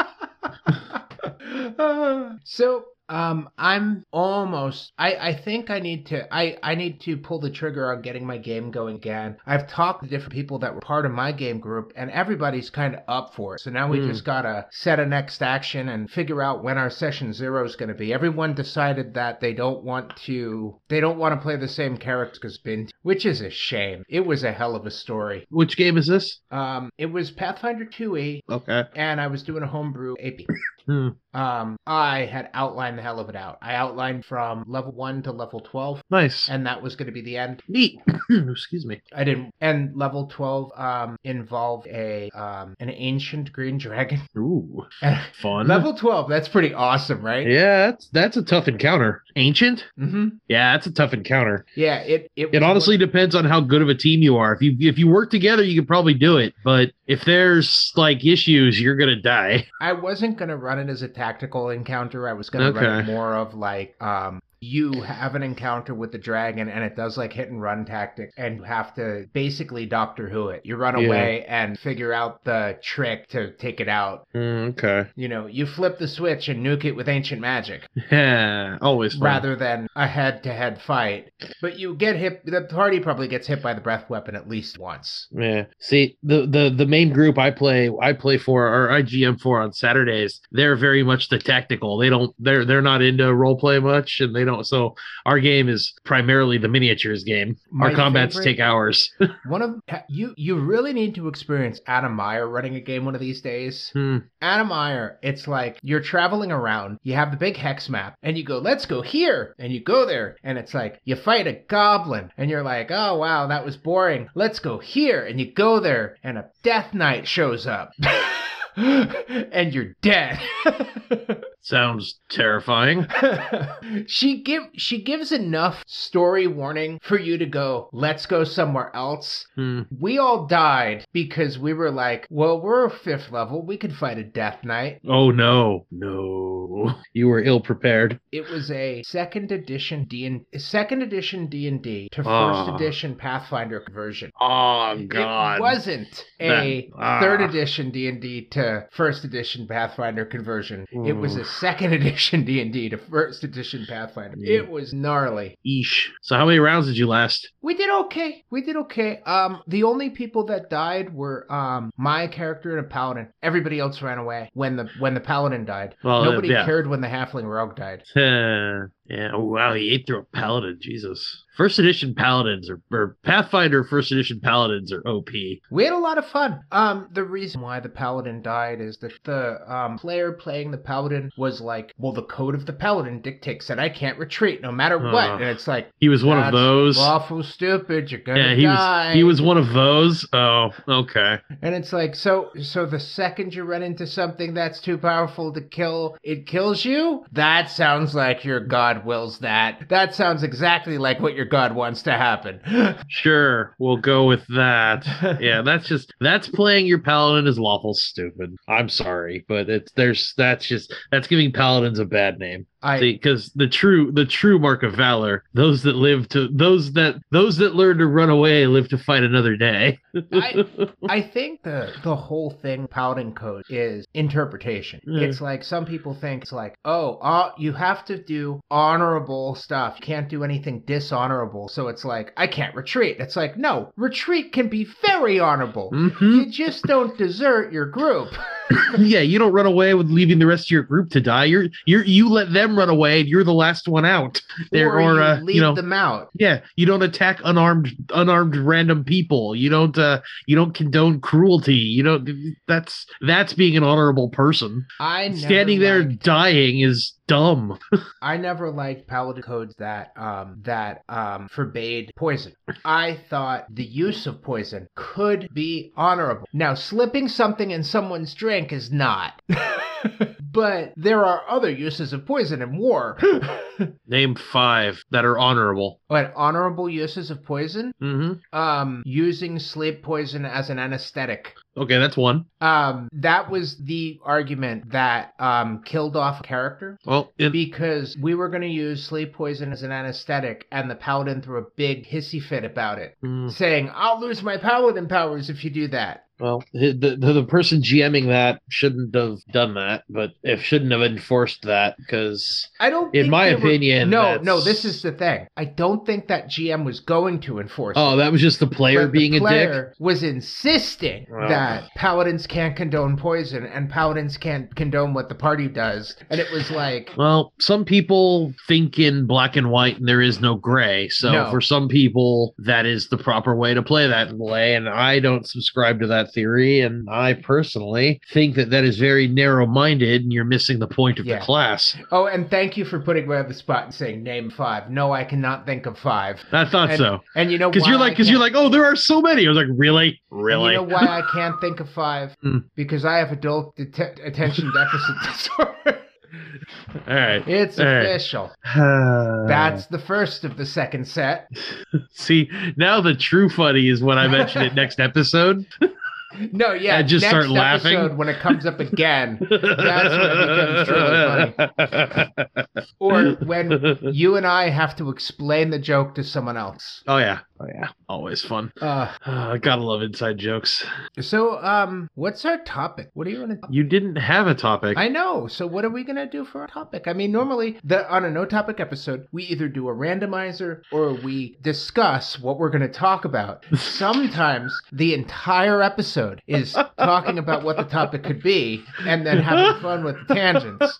Speaker 1: so um i'm almost i i think i need to i i need to pull the trigger on getting my game going again i've talked to different people that were part of my game group and everybody's kind of up for it so now we
Speaker 3: Hmm.
Speaker 1: just gotta set a next action and figure out when our session zero is going to be everyone decided that they don't want to they don't want to play the same characters been which is a shame it was a hell of a story
Speaker 3: Which game is this?
Speaker 1: um it was pathfinder 2e
Speaker 3: Okay.
Speaker 1: and I was doing a homebrew AP.
Speaker 3: Hmm.
Speaker 1: Um, I had outlined the hell of it out. I outlined from level one to level twelve,
Speaker 3: Nice.
Speaker 1: and that was going to be the end.
Speaker 3: Neat. Excuse me.
Speaker 1: I didn't. And level twelve um involved a um an ancient green dragon.
Speaker 3: Ooh.
Speaker 1: And
Speaker 3: Fun.
Speaker 1: level twelve, that's pretty awesome, right?
Speaker 3: yeah, that's that's a tough encounter. Ancient?
Speaker 1: Mm-hmm.
Speaker 3: Yeah, that's a tough encounter.
Speaker 1: Yeah. It it. was
Speaker 3: It honestly depends on how good of a team you are. If you if you work together, you could probably do it. But if there's like issues, you're gonna die.
Speaker 1: I wasn't gonna run it as a tactical encounter. I was gonna run it
Speaker 3: Okay.
Speaker 1: more of like um you have an encounter with the dragon and it does like hit and run tactic and you have to basically Doctor Who it. You run
Speaker 3: Yeah.
Speaker 1: away and figure out the trick to take it out.
Speaker 3: Mm, okay.
Speaker 1: You know, you flip the switch and nuke it with ancient magic
Speaker 3: Yeah. Always fun.
Speaker 1: rather than a head to head fight. But you get hit the party probably gets hit by the breath weapon at least once.
Speaker 3: Yeah. See, the the the main group I play I play for or IGM for on Saturdays, they're very much the tactical. They don't they're they're not into role play much and they don't so our game is primarily the miniatures game.
Speaker 1: My
Speaker 3: our combats
Speaker 1: favorite-
Speaker 3: take hours.
Speaker 1: One of you you really need to experience Adam Meyer running a game one of these days.
Speaker 3: Hmm.
Speaker 1: Adam Meyer, it's like you're traveling around, you have the big hex map, and you go, let's go here, and you go there, and it's like you fight a goblin, and you're like, oh wow, that was boring, let's go here, and you go there, and a death knight shows up, and you're dead.
Speaker 3: Sounds terrifying.
Speaker 1: she give she gives enough story warning for you to go, let's go somewhere else,
Speaker 3: Hmm.
Speaker 1: we all died because we were like, well, we're fifth level. We could fight a Death Knight.
Speaker 3: Oh no. No. You were ill prepared.
Speaker 1: It was a second edition D and second edition D and D to first
Speaker 3: Ah.
Speaker 1: edition Pathfinder conversion.
Speaker 3: Oh god.
Speaker 1: It wasn't a
Speaker 3: That- ah.
Speaker 1: third edition D and D to first edition Pathfinder conversion. It was a
Speaker 3: Oof.
Speaker 1: second edition D and D to first edition Pathfinder.
Speaker 3: Mm.
Speaker 1: It was gnarly.
Speaker 3: Eesh. So how many rounds did you last?
Speaker 1: We did okay. We did okay. Um, the only people that died were um my character and a paladin. Everybody else ran away when the when the paladin died.
Speaker 3: Well,
Speaker 1: Nobody
Speaker 3: Oh, yeah.
Speaker 1: cared when the halfling rogue died.
Speaker 3: Uh, yeah. Oh, wow. He ate through a paladin. Jesus. First edition paladins are, or Pathfinder first edition paladins are OP.
Speaker 1: We had a lot of fun. Um, the reason why the paladin died is that the um player playing the paladin was like, well, the code of the paladin dictates that I can't retreat no matter what,
Speaker 3: Ugh.
Speaker 1: and it's like
Speaker 3: He was one of
Speaker 1: "That's
Speaker 3: those.
Speaker 1: awful stupid. You're gonna
Speaker 3: Yeah, he
Speaker 1: die.
Speaker 3: was. He was one of those. Oh, okay.
Speaker 1: And it's like so so the second you run into something that's too powerful to kill, it kills you. That sounds like your god God wills that. That sounds exactly like what your God wants to happen.
Speaker 3: Sure, we'll go with that. Yeah, that's just that's playing your paladin is lawful stupid. I'm sorry, but it's there's that's just that's giving paladins a bad name.
Speaker 1: I-
Speaker 3: because the true the true mark of valor, those that live to those that those that learn to run away live to fight another day.
Speaker 1: I, I think the the whole thing paladin code is interpretation.
Speaker 3: Yeah.
Speaker 1: It's like some people think it's like, oh, uh, you have to do honorable stuff. You can't do anything dishonorable. So it's like, I can't retreat. It's like, no, retreat can be very honorable.
Speaker 3: Mhm.
Speaker 1: You just don't desert your group.
Speaker 3: yeah, you don't run away with leaving the rest of your group to die. You're you're you let them run away and you're the last one out. There or,
Speaker 1: you
Speaker 3: uh,
Speaker 1: leave
Speaker 3: you know
Speaker 1: them out.
Speaker 3: yeah, you don't attack unarmed unarmed random people. You don't uh you don't condone cruelty. You don't that's that's being an honorable person.
Speaker 1: I never
Speaker 3: Standing there
Speaker 1: liked-
Speaker 3: dying is dumb.
Speaker 1: I never liked paladin codes that um that um forbade poison. I thought the use of poison could be honorable. Now slipping something in someone's drink is not. but there are other uses of poison in war.
Speaker 3: Name 5 that are honorable.
Speaker 1: but honorable uses of poison?
Speaker 3: Mhm.
Speaker 1: Um using sleep poison as an anesthetic.
Speaker 3: Okay, that's one.
Speaker 1: Um that was the argument that um killed off a character
Speaker 3: Well, it,
Speaker 1: because we were going to use sleep poison as an anesthetic, and the paladin threw a big hissy fit about it,
Speaker 3: mm,
Speaker 1: saying, I'll lose my paladin powers if you do that.
Speaker 3: well, the, the the person GMing that shouldn't have done that, but it shouldn't have enforced that because
Speaker 1: I don't.
Speaker 3: In
Speaker 1: think
Speaker 3: my
Speaker 1: they were-
Speaker 3: opinion,
Speaker 1: no,
Speaker 3: that's-
Speaker 1: no. This is the thing. I don't think that GM was going to enforce. it,
Speaker 3: Oh, that was just the player
Speaker 1: but the
Speaker 3: being a dick.
Speaker 1: player was insisting
Speaker 3: Well.
Speaker 1: that paladins can't condone poison and paladins can't condone what the party does, and it was like,
Speaker 3: Well, some people think in black and white and there is no gray. So
Speaker 1: No.
Speaker 3: for some people, that is the proper way to play that way. And I don't subscribe to that theory. And I personally think that that is very narrow minded and you're missing the point of
Speaker 1: Yeah.
Speaker 3: the class.
Speaker 1: oh, and thank you for putting me on the spot and saying name five. No, I cannot think of five.
Speaker 3: I thought
Speaker 1: And-
Speaker 3: so.
Speaker 1: And you know
Speaker 3: Because
Speaker 1: why
Speaker 3: you're
Speaker 1: I
Speaker 3: like, because
Speaker 1: can't-
Speaker 3: you're like, oh, there are so many. I was like, really,
Speaker 1: And
Speaker 3: really.
Speaker 1: You know why I can't think of five?
Speaker 3: Hmm.
Speaker 1: because I have adult dete- attention deficit disorder.
Speaker 3: All right.
Speaker 1: It's
Speaker 3: All right.
Speaker 1: official. That's the first of the second set.
Speaker 3: see now the true funny is when I mention it next episode.
Speaker 1: No, yeah.
Speaker 3: I just
Speaker 1: next
Speaker 3: start laughing.
Speaker 1: episode When it comes up again, That's when it or when you and I have to explain the joke to someone else.
Speaker 3: Oh yeah, oh yeah, always fun.
Speaker 1: Uh,
Speaker 3: Uh, gotta love inside jokes.
Speaker 1: so, um, what's our topic? What do you want to?
Speaker 3: You didn't have a topic.
Speaker 1: I know. So, what are we gonna do for our topic? I mean, normally the on a no topic episode, we either do a randomizer or we discuss what we're gonna talk about. Sometimes the entire episode is talking about what the topic could be, and then having fun with the tangents.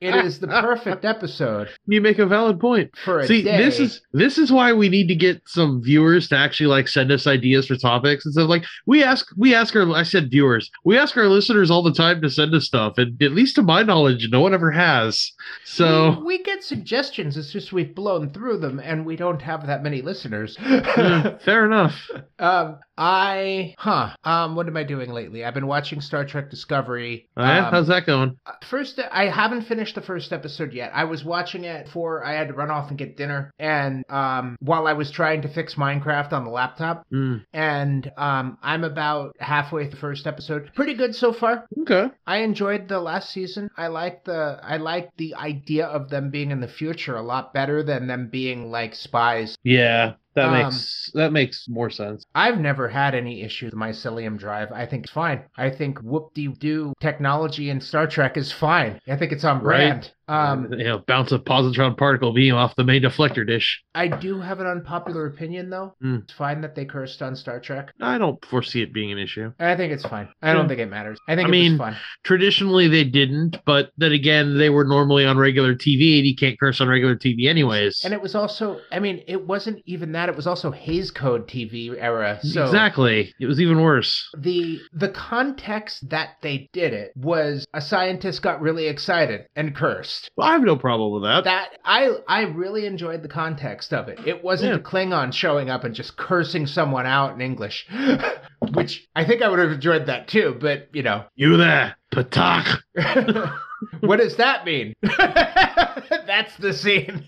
Speaker 1: It is the perfect episode
Speaker 3: you make a valid point.
Speaker 1: for a
Speaker 3: See,
Speaker 1: day.
Speaker 3: this is this is why we need to get some viewers to actually like send us ideas for topics and stuff. Like we ask, we ask our I said viewers, we ask our listeners all the time to send us stuff, and at least to my knowledge, no one ever has. So
Speaker 1: we, we get suggestions. It's just we've blown through them, and we don't have that many listeners.
Speaker 3: yeah, hmm, fair enough.
Speaker 1: Um, I, huh, um, what am I doing lately? I've been watching Star Trek Discovery.
Speaker 3: Oh, yeah?
Speaker 1: Um,
Speaker 3: How's that going?
Speaker 1: First, I haven't finished the first episode yet. I was watching it before I had to run off and get dinner, and, um, while I was trying to fix Minecraft on the laptop,
Speaker 3: Mm,
Speaker 1: and, um, I'm about halfway through the first episode. Pretty good so far.
Speaker 3: okay.
Speaker 1: I enjoyed the last season. I like the I like the idea of them being in the future a lot better than them being like spies.
Speaker 3: Yeah, that
Speaker 1: Um,
Speaker 3: makes that makes more sense.
Speaker 1: I've never had any issues with mycelium drive. I think it's fine. I think whoop de doo technology in Star Trek is fine. I think it's on brand.
Speaker 3: Right.
Speaker 1: Um,
Speaker 3: Uh, you know, bounce a positron particle beam off the main deflector dish.
Speaker 1: I do have an unpopular opinion though.
Speaker 3: Mm.
Speaker 1: It's fine that they cursed on Star Trek.
Speaker 3: I don't foresee it being an issue.
Speaker 1: I think it's fine. I don't
Speaker 3: Yeah.
Speaker 1: think it matters. I think
Speaker 3: Hmm. I
Speaker 1: it
Speaker 3: mean,
Speaker 1: was fun.
Speaker 3: Traditionally, they didn't, but then again, they were normally on regular TV, and you can't curse on regular TV anyways.
Speaker 1: And it was also, I mean, it wasn't even that. It was also Haze Code TV era. So
Speaker 3: exactly, it was even worse.
Speaker 1: the the context that they did it was a scientist got really excited and cursed
Speaker 3: Well, I have no problem with that.
Speaker 1: that i i really enjoyed the context of it it wasn't
Speaker 3: Yeah.
Speaker 1: a klingon showing up and just cursing someone out in english which i think i would have enjoyed that too but you know
Speaker 3: you there, Patak?
Speaker 1: what does that mean? That's the scene.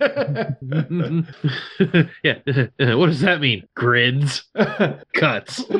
Speaker 3: yeah. what does that mean? Grids, cuts.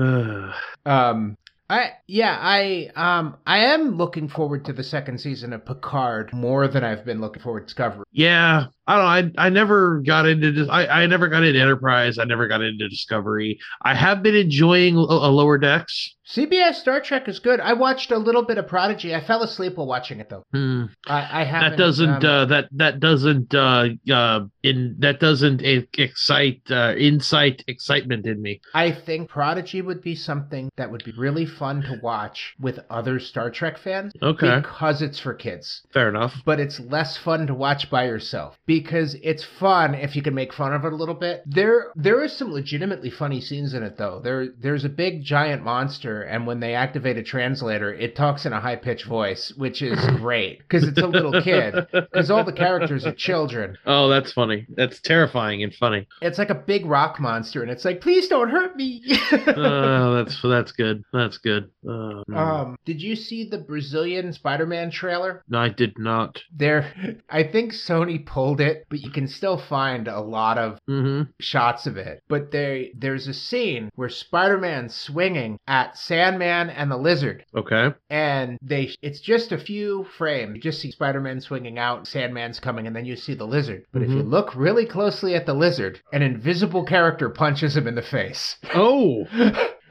Speaker 3: Uh,
Speaker 1: um I yeah, I um I am looking forward to the second season of Picard more than I've been looking forward to Discovery.
Speaker 3: yeah, I don't. know. I I never got into. Dis- I I never got into Enterprise. I never got into Discovery. I have been enjoying L- uh, Lower Decks.
Speaker 1: CBS Star Trek is good. I watched a little bit of Prodigy. I fell asleep while watching it though.
Speaker 3: Hmm.
Speaker 1: I, I haven't
Speaker 3: That doesn't.
Speaker 1: um,
Speaker 3: uh, that that doesn't. Uh, uh, in that doesn't e- excite uh, insight excitement in me.
Speaker 1: I think Prodigy would be something that would be really fun to watch with other Star Trek fans
Speaker 3: Okay,
Speaker 1: because it's for kids.
Speaker 3: fair enough.
Speaker 1: But it's less fun to watch by yourself because it's fun if you can make fun of it a little bit. There, there is some legitimately funny scenes in it though. There, there's a big giant monster, and when they activate a translator, it talks in a high pitched voice, which is great because it's a little kid. Because all the characters are children.
Speaker 3: Oh, that's funny. That's terrifying and funny.
Speaker 1: It's like a big rock monster, and it's like, please don't hurt me.
Speaker 3: Oh, that's that's good. That's good. Uh,
Speaker 1: Um, did you see the Brazilian Spider-Man trailer?
Speaker 3: no, I did not.
Speaker 1: There, I think Sony pulled it, but you can still find a lot of
Speaker 3: hmm
Speaker 1: shots of it. But there, there's a scene where Spider-Man's swinging at Sandman and the Lizard,
Speaker 3: Okay.
Speaker 1: and they, it's just a few frames. You just see Spider-Man swinging out, Sandman's coming, and then you see the Lizard. But if you look really closely at the Lizard, an invisible character punches him in the face.
Speaker 3: Oh,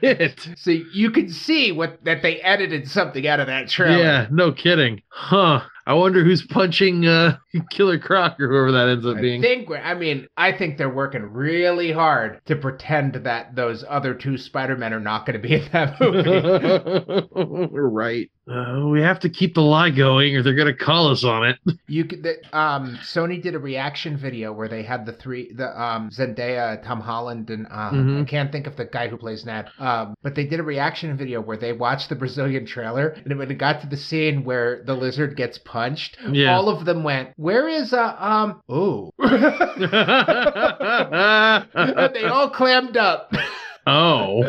Speaker 3: it.
Speaker 1: So you can see what that they edited something out of that trailer.
Speaker 3: Yeah, no kidding. Huh. I wonder who's punching uh, Killer Croc or whoever that ends up
Speaker 1: I
Speaker 3: being.
Speaker 1: think we're, I mean, I think they're working really hard to pretend that those other two Spider-Men are not going to be in that movie.
Speaker 3: We're right. Uh, we have to keep the lie going, or they're going to call us on it.
Speaker 1: you could, the, um, Sony did a reaction video where they had the three, the um, Zendaya, Tom Holland, and um, I
Speaker 3: Mhm.
Speaker 1: can't think of the guy who plays Ned. Um, but they did a reaction video where they watched the Brazilian trailer, and when it got to the scene where the lizard gets punched,
Speaker 3: Yeah.
Speaker 1: all of them went, "Where is uh, um? Ooh." And they all clammed up.
Speaker 3: oh,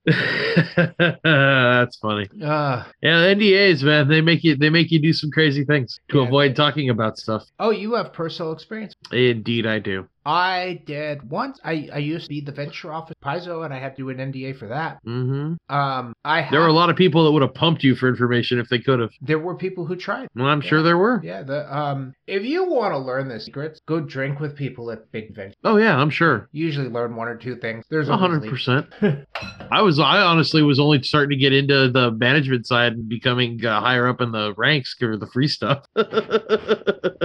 Speaker 3: that's funny.
Speaker 1: Ah.
Speaker 3: Yeah, NDAs, man, they make you they make you do some crazy things to
Speaker 1: Yeah,
Speaker 3: avoid
Speaker 1: they-
Speaker 3: talking about stuff.
Speaker 1: Oh, you have personal experience.
Speaker 3: Indeed, I do.
Speaker 1: I did once. I, I used to be the venture office paizo, and I had to do an NDA for that.
Speaker 3: hmm
Speaker 1: Um, I
Speaker 3: There were a
Speaker 1: have-
Speaker 3: lot of people that would have pumped you for information if they could have.
Speaker 1: there were people who tried.
Speaker 3: Well, I'm sure there were.
Speaker 1: Yeah, the um, if you want to learn the secrets, go drink with people at big venture.
Speaker 3: Oh yeah, I'm sure.
Speaker 1: Usually learn one or two things. There's
Speaker 3: A
Speaker 1: always
Speaker 3: hundred percent. I was. I honestly was only starting to get into the management side and becoming uh, higher up in the ranks for the free stuff.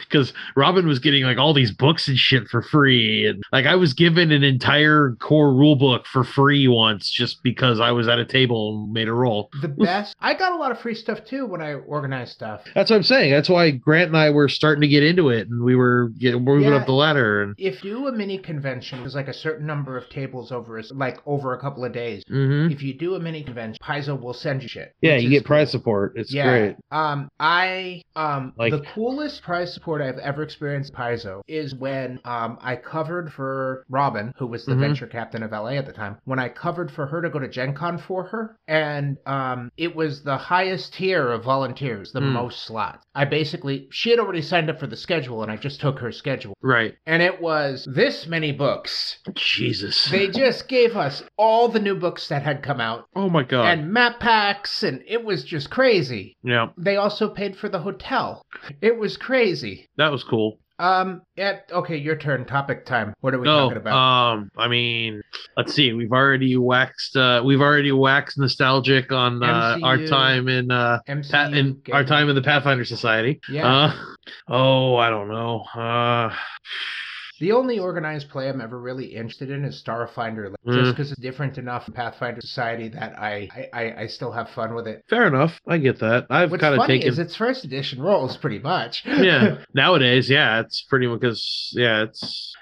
Speaker 3: Because Robin was getting like all these books and shit for free, and like I was given an entire core rule book for free once just because I was at a table and made a roll.
Speaker 1: the best. I got a lot of free stuff too when I organized stuff.
Speaker 3: That's what I'm saying. That's why Grant and I were starting to get into it, and we were getting moving
Speaker 1: Yeah.
Speaker 3: up the ladder. And
Speaker 1: If you do a mini convention, there's like a certain number of tables over, a s- like over a couple of days.
Speaker 3: Mhm.
Speaker 1: If you do a mini convention, Paizo will send you shit.
Speaker 3: yeah,
Speaker 1: which
Speaker 3: you
Speaker 1: is
Speaker 3: get prize
Speaker 1: cool.
Speaker 3: support. It's
Speaker 1: yeah.
Speaker 3: great.
Speaker 1: Um, I um
Speaker 3: Like-
Speaker 1: the coolest prize support I've ever experienced, Paizo, is when um I covered for Robin, who was the
Speaker 3: Mhm.
Speaker 1: venture captain of LA at the time. When I covered for her to go to Gen Con for her, and um it was the highest tier of volunteers, the
Speaker 3: Hmm.
Speaker 1: most slots. I basically she had already signed up for the schedule, and I just took her schedule,
Speaker 3: Right.
Speaker 1: and it was this many books.
Speaker 3: Jesus.
Speaker 1: They just gave us all the new books that had come out.
Speaker 3: oh my god.
Speaker 1: And map packs, and it was just crazy
Speaker 3: yeah.
Speaker 1: they also paid for the hotel. It was crazy.
Speaker 3: That was cool.
Speaker 1: Um, yeah, okay, your turn. Topic time. What are we
Speaker 3: no,
Speaker 1: talking about?
Speaker 3: um, I mean, let's see. We've already waxed. Uh, we've already waxed nostalgic on uh, our
Speaker 1: MCU.
Speaker 3: time in uh,
Speaker 1: MCU
Speaker 3: Pat in our
Speaker 1: game.
Speaker 3: time in the Pathfinder Society.
Speaker 1: Yeah.
Speaker 3: Uh, oh, I don't know. Uh,
Speaker 1: the only organized play I'm ever really interested in is Starfinder, like,
Speaker 3: Mm.
Speaker 1: just because it's different enough from Pathfinder Society that I I, I I still have fun with it.
Speaker 3: fair enough. I get that. I've
Speaker 1: What's
Speaker 3: kind of
Speaker 1: funny
Speaker 3: taken.
Speaker 1: is its first edition rolls pretty much.
Speaker 3: yeah. Nowadays, yeah, it's pretty much because yeah, it's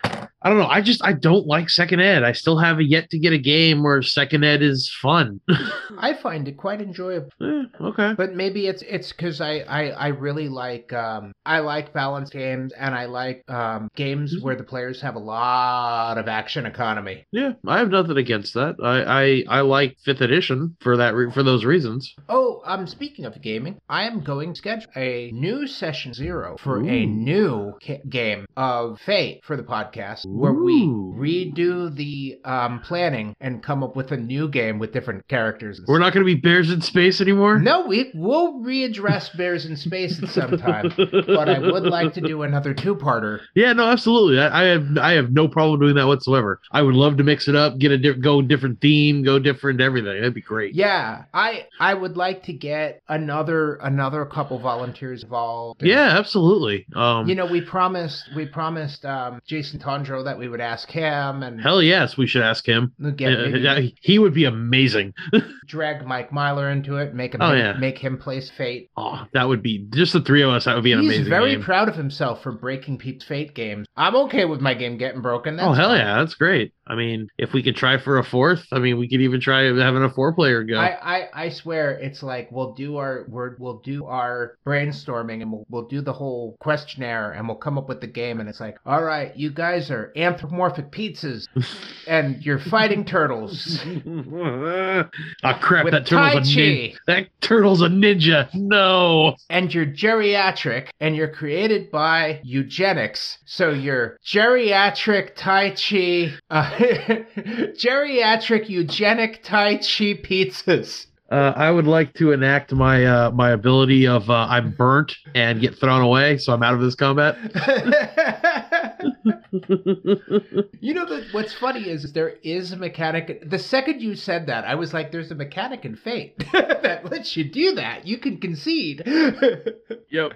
Speaker 3: I don't know. I just I don't like second ed. I still have yet to get a game where second ed is fun.
Speaker 1: I find it quite enjoyable.
Speaker 3: Eh, okay.
Speaker 1: But maybe it's it's because I, I I really like um I like balanced games and I like um games
Speaker 3: Mm-hmm.
Speaker 1: where the players have a lot of action economy.
Speaker 3: Yeah, I have nothing against that. I I, I like fifth edition for that re- for those reasons.
Speaker 1: Oh, um, speaking of gaming, I am going to schedule a new session zero for a
Speaker 3: Ooh.
Speaker 1: new ca- game of Fate for the podcast, where we
Speaker 3: Ooh.
Speaker 1: redo the um planning and come up with a new game with different characters. And
Speaker 3: We're not going to be bears in space anymore.
Speaker 1: No, we will readdress Bears in Space at some time, but I would like to do another two-parter.
Speaker 3: Yeah, no, absolutely. I, I have I have no problem doing that whatsoever. I would love to mix it up, get a diff- go different theme, go different everything. That'd be great.
Speaker 1: Yeah, I I would like to get another another couple volunteers involved. And,
Speaker 3: Yeah, absolutely. Um,
Speaker 1: You know, we promised we promised um, Jason Tondro that we would ask him and
Speaker 3: hell yes, we should ask him.
Speaker 1: get
Speaker 3: Uh,
Speaker 1: maybe
Speaker 3: yeah, he would be amazing.
Speaker 1: drag Mike Myler into it, make him
Speaker 3: Oh, yeah.
Speaker 1: make him place Fate.
Speaker 3: Oh, that would be just the three of us. That would be an
Speaker 1: He's
Speaker 3: amazing
Speaker 1: very
Speaker 3: game.
Speaker 1: proud of himself for breaking people's Fate games. I'm okay with my game getting broken.
Speaker 3: oh
Speaker 1: that's
Speaker 3: hell
Speaker 1: fine.
Speaker 3: yeah, that's great. I mean, if we could try for a fourth, I mean, we could even try having a four player go.
Speaker 1: I, I, I swear it's like we'll do our we're, we'll do our brainstorming and we'll, we'll do the whole questionnaire and we'll come up with the game and it's like all right you guys are anthropomorphic pizzas and you're fighting turtles
Speaker 3: oh crap!
Speaker 1: with
Speaker 3: That
Speaker 1: tai
Speaker 3: turtle's a ninja.
Speaker 1: chi
Speaker 3: That turtle's a ninja. No.
Speaker 1: and you're geriatric and you're created by eugenics so you're geriatric tai chi uh, geriatric eugenic tai chi pizzas
Speaker 3: Uh, I would like to enact my uh, my ability of uh, I'm burnt and get thrown away, so I'm out of this combat.
Speaker 1: you know that what's funny is, is there is a mechanic. The second you said that, I was like, "There's a mechanic in Fate that lets you do that. You can concede.
Speaker 3: Yep.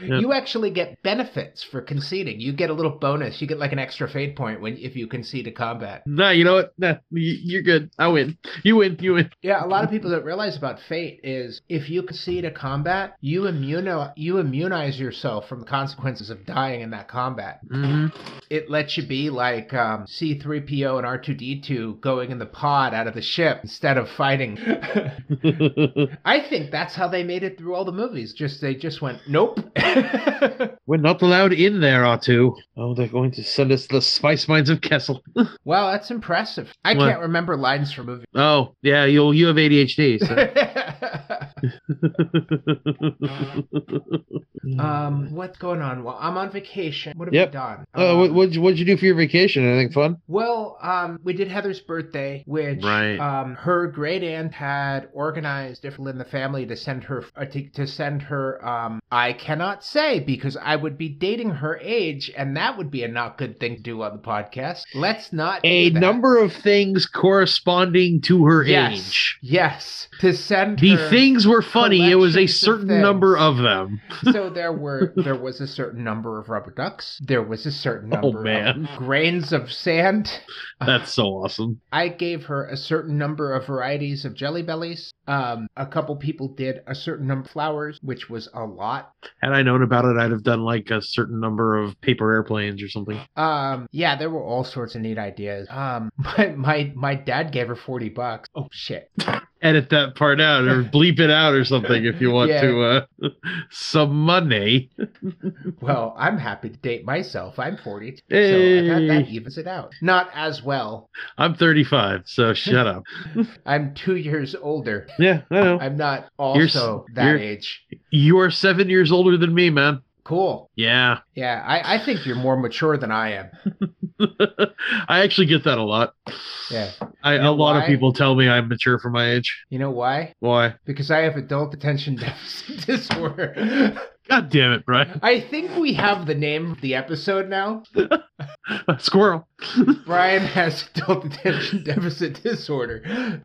Speaker 1: You actually get benefits for conceding. You get a little bonus. You get like an extra Fate point when if you concede a combat.
Speaker 3: Nah, you know what? Nah, y- you're good. I win. You win. You win.
Speaker 1: Yeah, a lot of people don't realize about Fate is if you concede a combat, you immuno you immunize yourself from the consequences of dying in that combat.
Speaker 3: hmm
Speaker 1: it lets you be like um, C3PO and R2D2 going in the pod out of the ship instead of fighting. I think that's how they made it through all the movies. Just they just went, nope.
Speaker 3: We're not allowed in there, R2. Oh, they're going to send us to the spice mines of Kessel.
Speaker 1: wow, that's impressive. I
Speaker 3: What?
Speaker 1: can't remember lines from movies.
Speaker 3: Oh, yeah, you you have ADHD. So.
Speaker 1: um, what's going on? Well, I'm on vacation. What have
Speaker 3: Yep.
Speaker 1: we done?
Speaker 3: Oh, what
Speaker 1: Um,
Speaker 3: what'd you, what'd you do for your vacation? Anything fun?
Speaker 1: Well, um, we did Heather's birthday, which
Speaker 3: Right.
Speaker 1: um, her great aunt had organized different in the family to send her uh, to, to send her. Um, I cannot say because I would be dating her age, and that would be a not good thing to do on the podcast. Let's not
Speaker 3: A
Speaker 1: do that.
Speaker 3: number of things corresponding to her
Speaker 1: Yes,
Speaker 3: age.
Speaker 1: yes, to send
Speaker 3: The
Speaker 1: her-
Speaker 3: things were funny. It was a
Speaker 1: collections of
Speaker 3: certain
Speaker 1: things.
Speaker 3: number of them.
Speaker 1: so there were there was a certain number of rubber ducks. There was a certain
Speaker 3: Oh,
Speaker 1: number
Speaker 3: man.
Speaker 1: of grains of sand.
Speaker 3: That's so awesome.
Speaker 1: I gave her a certain number of varieties of jelly bellies. Um, a couple people did a certain number of flowers, which was a lot.
Speaker 3: Had I known about it, I'd have done like a certain number of paper airplanes or something.
Speaker 1: Um, yeah, there were all sorts of neat ideas. Um, my my, my dad gave her forty bucks. Oh shit!
Speaker 3: Edit that part out or bleep it out or something if you want
Speaker 1: Yeah.
Speaker 3: to. Uh, some money.
Speaker 1: Well, I'm happy to date myself. I'm forty, so I
Speaker 3: Hey.
Speaker 1: thought that evens it out. Not as well.
Speaker 3: I'm 35, so shut up.
Speaker 1: I'm two years older.
Speaker 3: Yeah, I know.
Speaker 1: I'm not
Speaker 3: You're s-
Speaker 1: also that
Speaker 3: you're-
Speaker 1: age.
Speaker 3: You are seven years older than me, man.
Speaker 1: Cool.
Speaker 3: Yeah.
Speaker 1: Yeah, I, I think you're more mature than I am.
Speaker 3: I actually get that a lot.
Speaker 1: Yeah.
Speaker 3: I,
Speaker 1: You know
Speaker 3: a lot
Speaker 1: why?
Speaker 3: of people tell me I'm mature for my age.
Speaker 1: You know why?
Speaker 3: Why?
Speaker 1: because I have adult attention deficit disorder.
Speaker 3: God damn it, Brian.
Speaker 1: I think we have the name of the episode now.
Speaker 3: Squirrel.
Speaker 1: Brian has adult attention deficit disorder.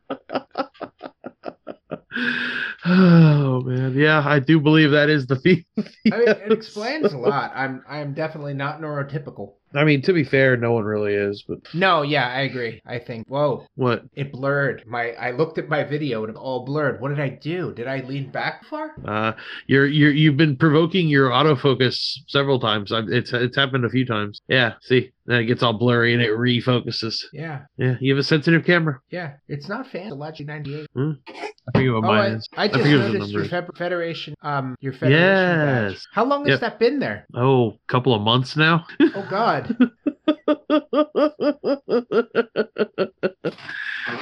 Speaker 3: oh man, yeah, I do believe that is the theme.
Speaker 1: I mean, it explains a lot. I'm I am definitely not neurotypical.
Speaker 3: I mean, to be fair, no one really is, but
Speaker 1: No, yeah, I agree. I think, whoa,
Speaker 3: what?
Speaker 1: it blurred. My I looked at my video and it all blurred. What did I do? Did I lean back far?
Speaker 3: Uh, you're you're you've been provoking your autofocus several times. I've, it's it's happened a few times. Yeah, see, then it gets all blurry and it refocuses.
Speaker 1: Yeah,
Speaker 3: Yeah, you have a sensitive camera.
Speaker 1: yeah. It's not fan the Logic 98.
Speaker 3: I forget what
Speaker 1: Oh,
Speaker 3: mine
Speaker 1: I,
Speaker 3: is.
Speaker 1: I just
Speaker 3: forget the
Speaker 1: noticed your
Speaker 3: numbers.
Speaker 1: fed- federation um your federation badge.
Speaker 3: Yes.
Speaker 1: How long has
Speaker 3: Yep.
Speaker 1: that been there?
Speaker 3: Oh, couple of months now.
Speaker 1: Oh god.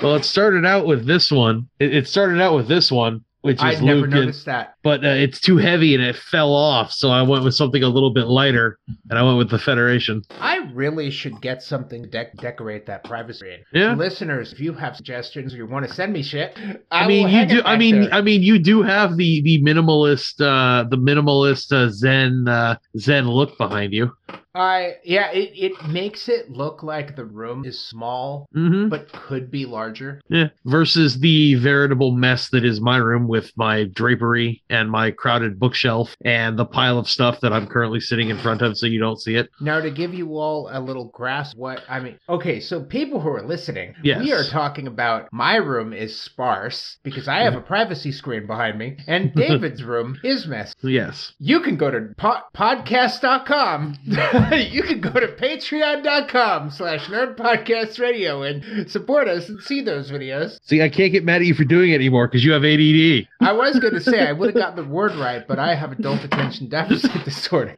Speaker 3: well, it started out with this one. It, it started out with this one, which
Speaker 1: I
Speaker 3: is
Speaker 1: never
Speaker 3: Luke,
Speaker 1: noticed that.
Speaker 3: but uh, it's too heavy and it fell off. So I went with something a little bit lighter, and I went with the Federation.
Speaker 1: I really should get something to dec decorate that privacy. ring.
Speaker 3: Yeah.
Speaker 1: Listeners, if you have suggestions or you want to send me shit, I,
Speaker 3: I,
Speaker 1: will
Speaker 3: mean, you
Speaker 1: hang it
Speaker 3: do. I
Speaker 1: back
Speaker 3: mean,
Speaker 1: there.
Speaker 3: I mean, you do have the the minimalist, uh, the minimalist uh, Zen uh, Zen look behind you.
Speaker 1: I yeah, it, it makes it look like the room is small
Speaker 3: Mm-hmm.
Speaker 1: but could be larger.
Speaker 3: Yeah. Versus the veritable mess that is my room with my drapery and my crowded bookshelf and the pile of stuff that I'm currently sitting in front of so you don't see it.
Speaker 1: Now to give you all a little grasp what I mean. Okay, so people who are listening,
Speaker 3: Yes.
Speaker 1: we are talking about my room is sparse because I have a privacy screen behind me and David's room is messy.
Speaker 3: Yes.
Speaker 1: You can go to po- podcast.com. you can go to patreon.com slash nerd podcast radio and support us and see those videos.
Speaker 3: See, I can't get mad at you for doing it anymore because you have ADD.
Speaker 1: I was going to say I would have gotten the word right, but I have adult attention deficit disorder.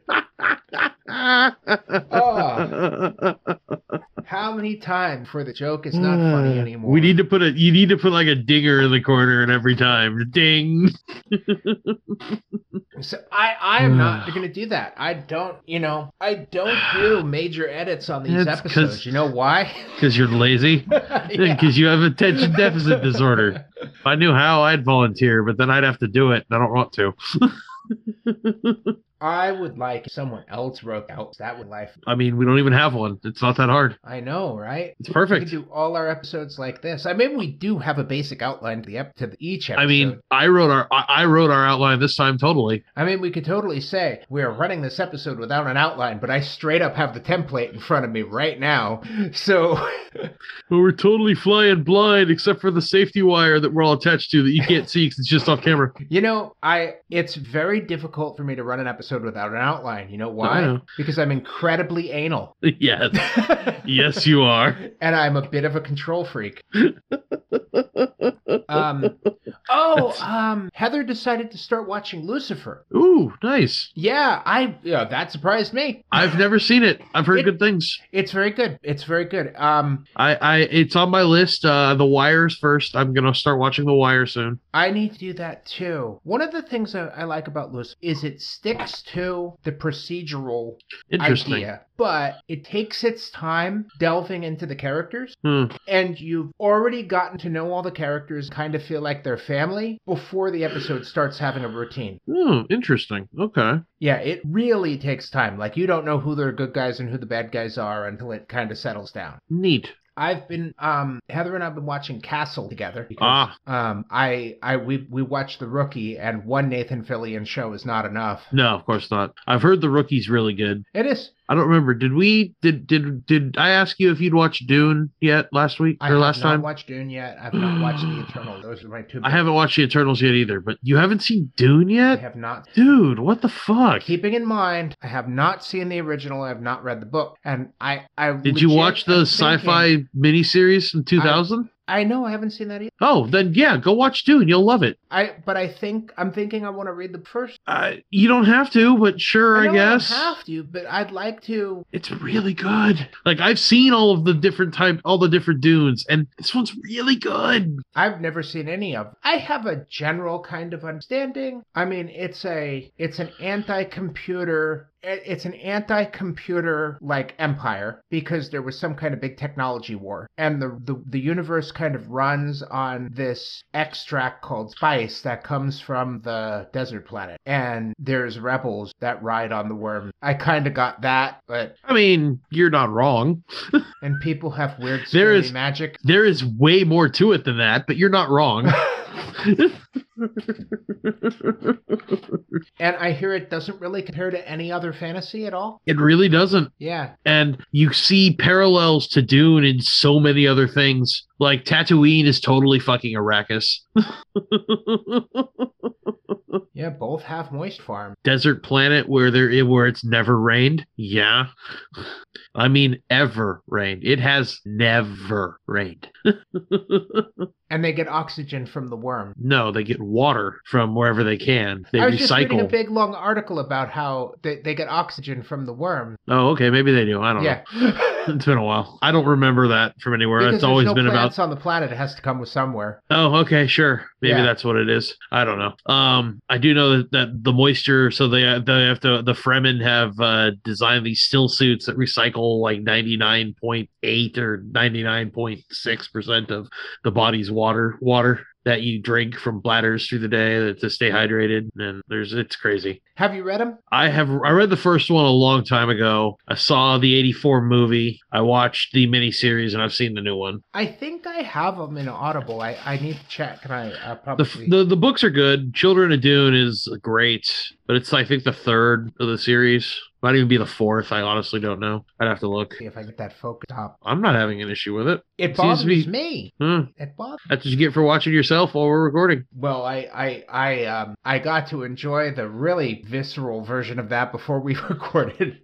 Speaker 1: Oh. How many times before the joke is not funny anymore?
Speaker 3: Uh, We need to put a you need to put like a dinger in the corner and every time. Ding.
Speaker 1: So I, I
Speaker 3: Uh.
Speaker 1: am not going to do that. I don't, you know, I don't do major edits on these
Speaker 3: That's 'cause-
Speaker 1: episodes. You know why?
Speaker 3: Because you're lazy.
Speaker 1: Yeah.
Speaker 3: Because you have attention deficit disorder. If I knew how, I'd volunteer, but then I'd have to do it. and I don't want to.
Speaker 1: I would like if someone else wrote out that would life.
Speaker 3: I mean, we don't even have one. It's not that hard.
Speaker 1: I know, right?
Speaker 3: It's
Speaker 1: We
Speaker 3: perfect.
Speaker 1: could do all our episodes like this. I mean, we do have a basic outline to the ep- to the, each episode.
Speaker 3: I mean, I wrote our I I wrote our outline this time totally.
Speaker 1: I mean, we could totally say we are running this episode without an outline, but I straight up have the template in front of me right now. So
Speaker 3: But we're totally flying blind except for the safety wire that we're all attached to that you can't see because it's just off camera.
Speaker 1: You know, I it's very difficult for me to run an episode without an outline. You know why?
Speaker 3: know.
Speaker 1: Because I'm incredibly anal.
Speaker 3: yes, yes, you are.
Speaker 1: and I'm a bit of a control freak. um Oh, um Heather decided to start watching Lucifer.
Speaker 3: Ooh, nice.
Speaker 1: Yeah, I yeah, that surprised me.
Speaker 3: I've never seen it. I've heard
Speaker 1: It-
Speaker 3: good things.
Speaker 1: It's very good. It's very good. Um
Speaker 3: I, I it's on my list. Uh, the Wires first. I'm gonna start watching The Wire soon.
Speaker 1: I need to do that too. One of the things I, I like about Lucifer is it sticks to the procedural
Speaker 3: Interesting.
Speaker 1: idea, but it takes its time delving into the characters,
Speaker 3: Hmm.
Speaker 1: and you've already gotten to know all the characters, kind of feel like they're family before the episode starts having a routine.
Speaker 3: Hmm, interesting. Okay.
Speaker 1: Yeah, it really takes time. Like, you don't know who the good guys and who the bad guys are until it kind of settles down.
Speaker 3: Neat.
Speaker 1: I've been um Heather and I've been watching Castle together.
Speaker 3: Ah.
Speaker 1: Um I I we we watched The Rookie and one Nathan Fillion show is not enough.
Speaker 3: No, of course not. I've heard the rookie's really good.
Speaker 1: It is
Speaker 3: I don't remember. Did we did did did I ask you if you'd watched Dune yet last week
Speaker 1: I
Speaker 3: or
Speaker 1: have
Speaker 3: last
Speaker 1: not
Speaker 3: time?
Speaker 1: watched Dune yet. I've not watched The Eternal. Those are my two
Speaker 3: I haven't watched the Eternals yet either, but you haven't seen Dune
Speaker 1: I
Speaker 3: yet?
Speaker 1: have not.
Speaker 3: Dude, what the fuck?
Speaker 1: Keeping in mind, I have not seen the original. I have not read the book, and I, I
Speaker 3: Did you
Speaker 1: legit
Speaker 3: watch the
Speaker 1: am thinking-
Speaker 3: sci-fi miniseries from 2000?
Speaker 1: I know I haven't seen that either.
Speaker 3: Oh, then yeah, go watch Dune. You'll love it.
Speaker 1: I, but I think I'm thinking I want to read the first.
Speaker 3: Uh, you don't have to, but sure, I,
Speaker 1: know
Speaker 3: guess.
Speaker 1: I don't have to, but I'd like to.
Speaker 3: It's really good. Like I've seen all of the different type, all the different Dunes, and this one's really good.
Speaker 1: I've never seen any of. I have a general kind of understanding. I mean, it's a, it's an anti-computer. it- It's an anti-computer like empire because there was some kind of big technology war, and the, the the universe kind of runs on this extract called spice that comes from the desert planet, and there's rebels that ride on the worm. I kind of got that, but
Speaker 3: I mean, you're not wrong.
Speaker 1: and people have weird
Speaker 3: There
Speaker 1: scary
Speaker 3: is-
Speaker 1: magic.
Speaker 3: There is way more to it than that, but you're not wrong.
Speaker 1: And I hear it doesn't really compare to any other fantasy at all.
Speaker 3: it really doesn't.
Speaker 1: Yeah.
Speaker 3: And you see parallels to Dune in so many other things. Like Tatooine is totally fucking Arrakis.
Speaker 1: Yeah, both have moist farm.
Speaker 3: Desert planet where there where it's never rained. Yeah. I mean ever rained. It has never rained.
Speaker 1: And they get oxygen from the worm.
Speaker 3: No, they get water from wherever they can. They
Speaker 1: I was just reading a
Speaker 3: recycle.
Speaker 1: big long article about how they, they get oxygen from the worm.
Speaker 3: oh, okay, maybe they do. I don't
Speaker 1: Yeah.
Speaker 3: know. It's been a while. I don't remember that from anywhere. it's always been about
Speaker 1: plants on the planet. It has to come with somewhere.
Speaker 3: Oh, okay, sure. Maybe
Speaker 1: Yeah.
Speaker 3: that's what it is. I don't know. Um, I do know that, that the moisture. So they they have to the Fremen have uh, designed these still suits that recycle like ninety nine point eight or ninety nine point six percent of the body's water water that you drink from bladders through the day that to stay hydrated. And there's it's crazy.
Speaker 1: Have you read them?
Speaker 3: I have I read the first one a long time ago. I saw the eighty four movie. I watched the miniseries, and I've seen the new one.
Speaker 1: I think I have them in Audible. I, I need to check. And I uh,
Speaker 3: the,
Speaker 1: probably.
Speaker 3: f- the the books are good. Children of Dune is great, but it's I think the third of the series. Might even be the fourth. I honestly don't know. I'd have to look.
Speaker 1: see if I get that focus up.
Speaker 3: I'm not having an issue with it.
Speaker 1: It
Speaker 3: Seems
Speaker 1: bothers
Speaker 3: to be-
Speaker 1: me.
Speaker 3: Hmm.
Speaker 1: It bothers.
Speaker 3: That's what you get for watching yourself while we're recording.
Speaker 1: Well, I I I um I got to enjoy the really visceral version of that before we recorded.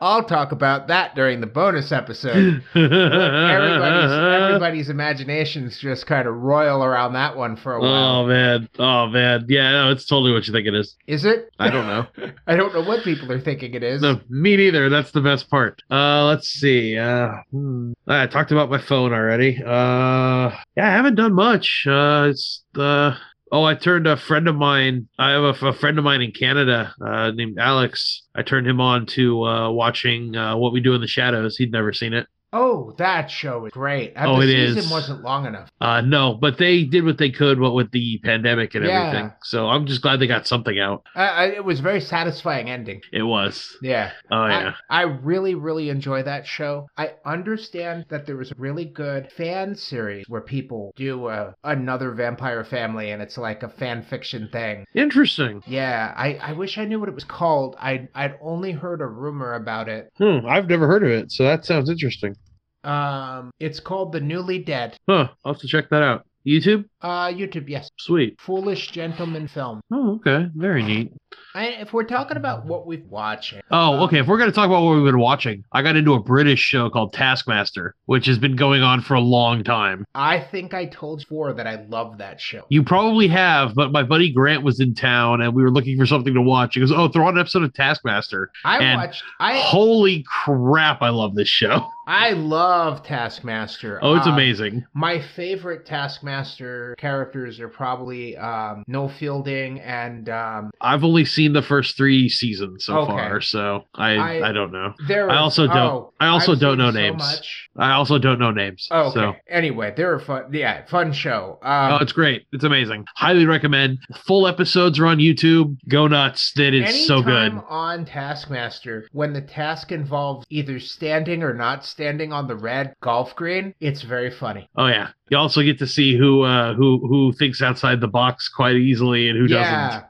Speaker 1: I'll talk about that during the bonus episode. everybody's everybody's imaginations just kind of roil around that one for a while.
Speaker 3: Oh man. Oh man. Yeah, no, it's totally what you think it is.
Speaker 1: Is it?
Speaker 3: I don't know.
Speaker 1: I don't know what people are thinking it is.
Speaker 3: No, me neither. That's the best part. Uh, let's see. Uh, hmm. I talked about my phone already. Uh, yeah, I haven't done much. Uh, it's uh, oh, I turned a friend of mine. I have a, f- a friend of mine in Canada uh, named Alex. I turned him on to uh, watching uh, What We Do in the Shadows. He'd never seen it.
Speaker 1: Oh, that show is great. Uh,
Speaker 3: Oh,
Speaker 1: the
Speaker 3: it
Speaker 1: season
Speaker 3: is.
Speaker 1: wasn't long enough.
Speaker 3: Uh, no, but they did what they could, what with the pandemic and
Speaker 1: Yeah.
Speaker 3: everything. So I'm just glad they got something out.
Speaker 1: Uh, I, it was a very satisfying ending.
Speaker 3: It was.
Speaker 1: Yeah.
Speaker 3: Oh yeah.
Speaker 1: I, I really, really enjoy that show. I understand that there was a really good fan series where people do a, another vampire family and it's like a fan fiction thing.
Speaker 3: Interesting.
Speaker 1: Yeah, I, I wish I knew what it was called. I, I'd only heard a rumor about it.
Speaker 3: Hmm, I've never heard of it, so that sounds interesting.
Speaker 1: Um, it's called The Newly Dead.
Speaker 3: Huh. I'll have to check that out. YouTube?
Speaker 1: Uh, YouTube, yes.
Speaker 3: Sweet.
Speaker 1: Foolish Gentleman Film.
Speaker 3: Oh, okay. Very neat.
Speaker 1: I, if we're talking about what we've watched,
Speaker 3: Oh, okay. If we're going to talk about what we've been watching, I got into a British show called Taskmaster, which has been going on for a long time.
Speaker 1: I think I told you before that I love that show.
Speaker 3: You probably have, but my buddy Grant was in town and we were looking for something to watch. He goes, Oh, throw on an episode of Taskmaster.
Speaker 1: I
Speaker 3: and-
Speaker 1: watched. I
Speaker 3: Holy crap. I love this show.
Speaker 1: I love Taskmaster.
Speaker 3: Oh, it's
Speaker 1: Um,
Speaker 3: amazing.
Speaker 1: My favorite Taskmaster characters are probably um, No Fielding and um,
Speaker 3: I've only seen the first three seasons so
Speaker 1: Okay.
Speaker 3: far, so I,
Speaker 1: I-
Speaker 3: I don't know.
Speaker 1: there.
Speaker 3: I
Speaker 1: is-
Speaker 3: also don't-
Speaker 1: oh,
Speaker 3: I also
Speaker 1: I've
Speaker 3: don't
Speaker 1: seen
Speaker 3: know
Speaker 1: so
Speaker 3: names.
Speaker 1: Much.
Speaker 3: I also don't know names.
Speaker 1: Oh, okay.
Speaker 3: So
Speaker 1: Anyway, they're a fun. Yeah, fun show.
Speaker 3: Oh,
Speaker 1: Um,
Speaker 3: it's great. It's amazing. Highly recommend. Full episodes are on YouTube. Go nuts. That is so
Speaker 1: anytime
Speaker 3: good.
Speaker 1: on Taskmaster when the task involves either standing or not standing on the red golf green. It's very funny.
Speaker 3: Oh yeah. You also get to see who uh who who thinks outside the box quite easily and who
Speaker 1: yeah.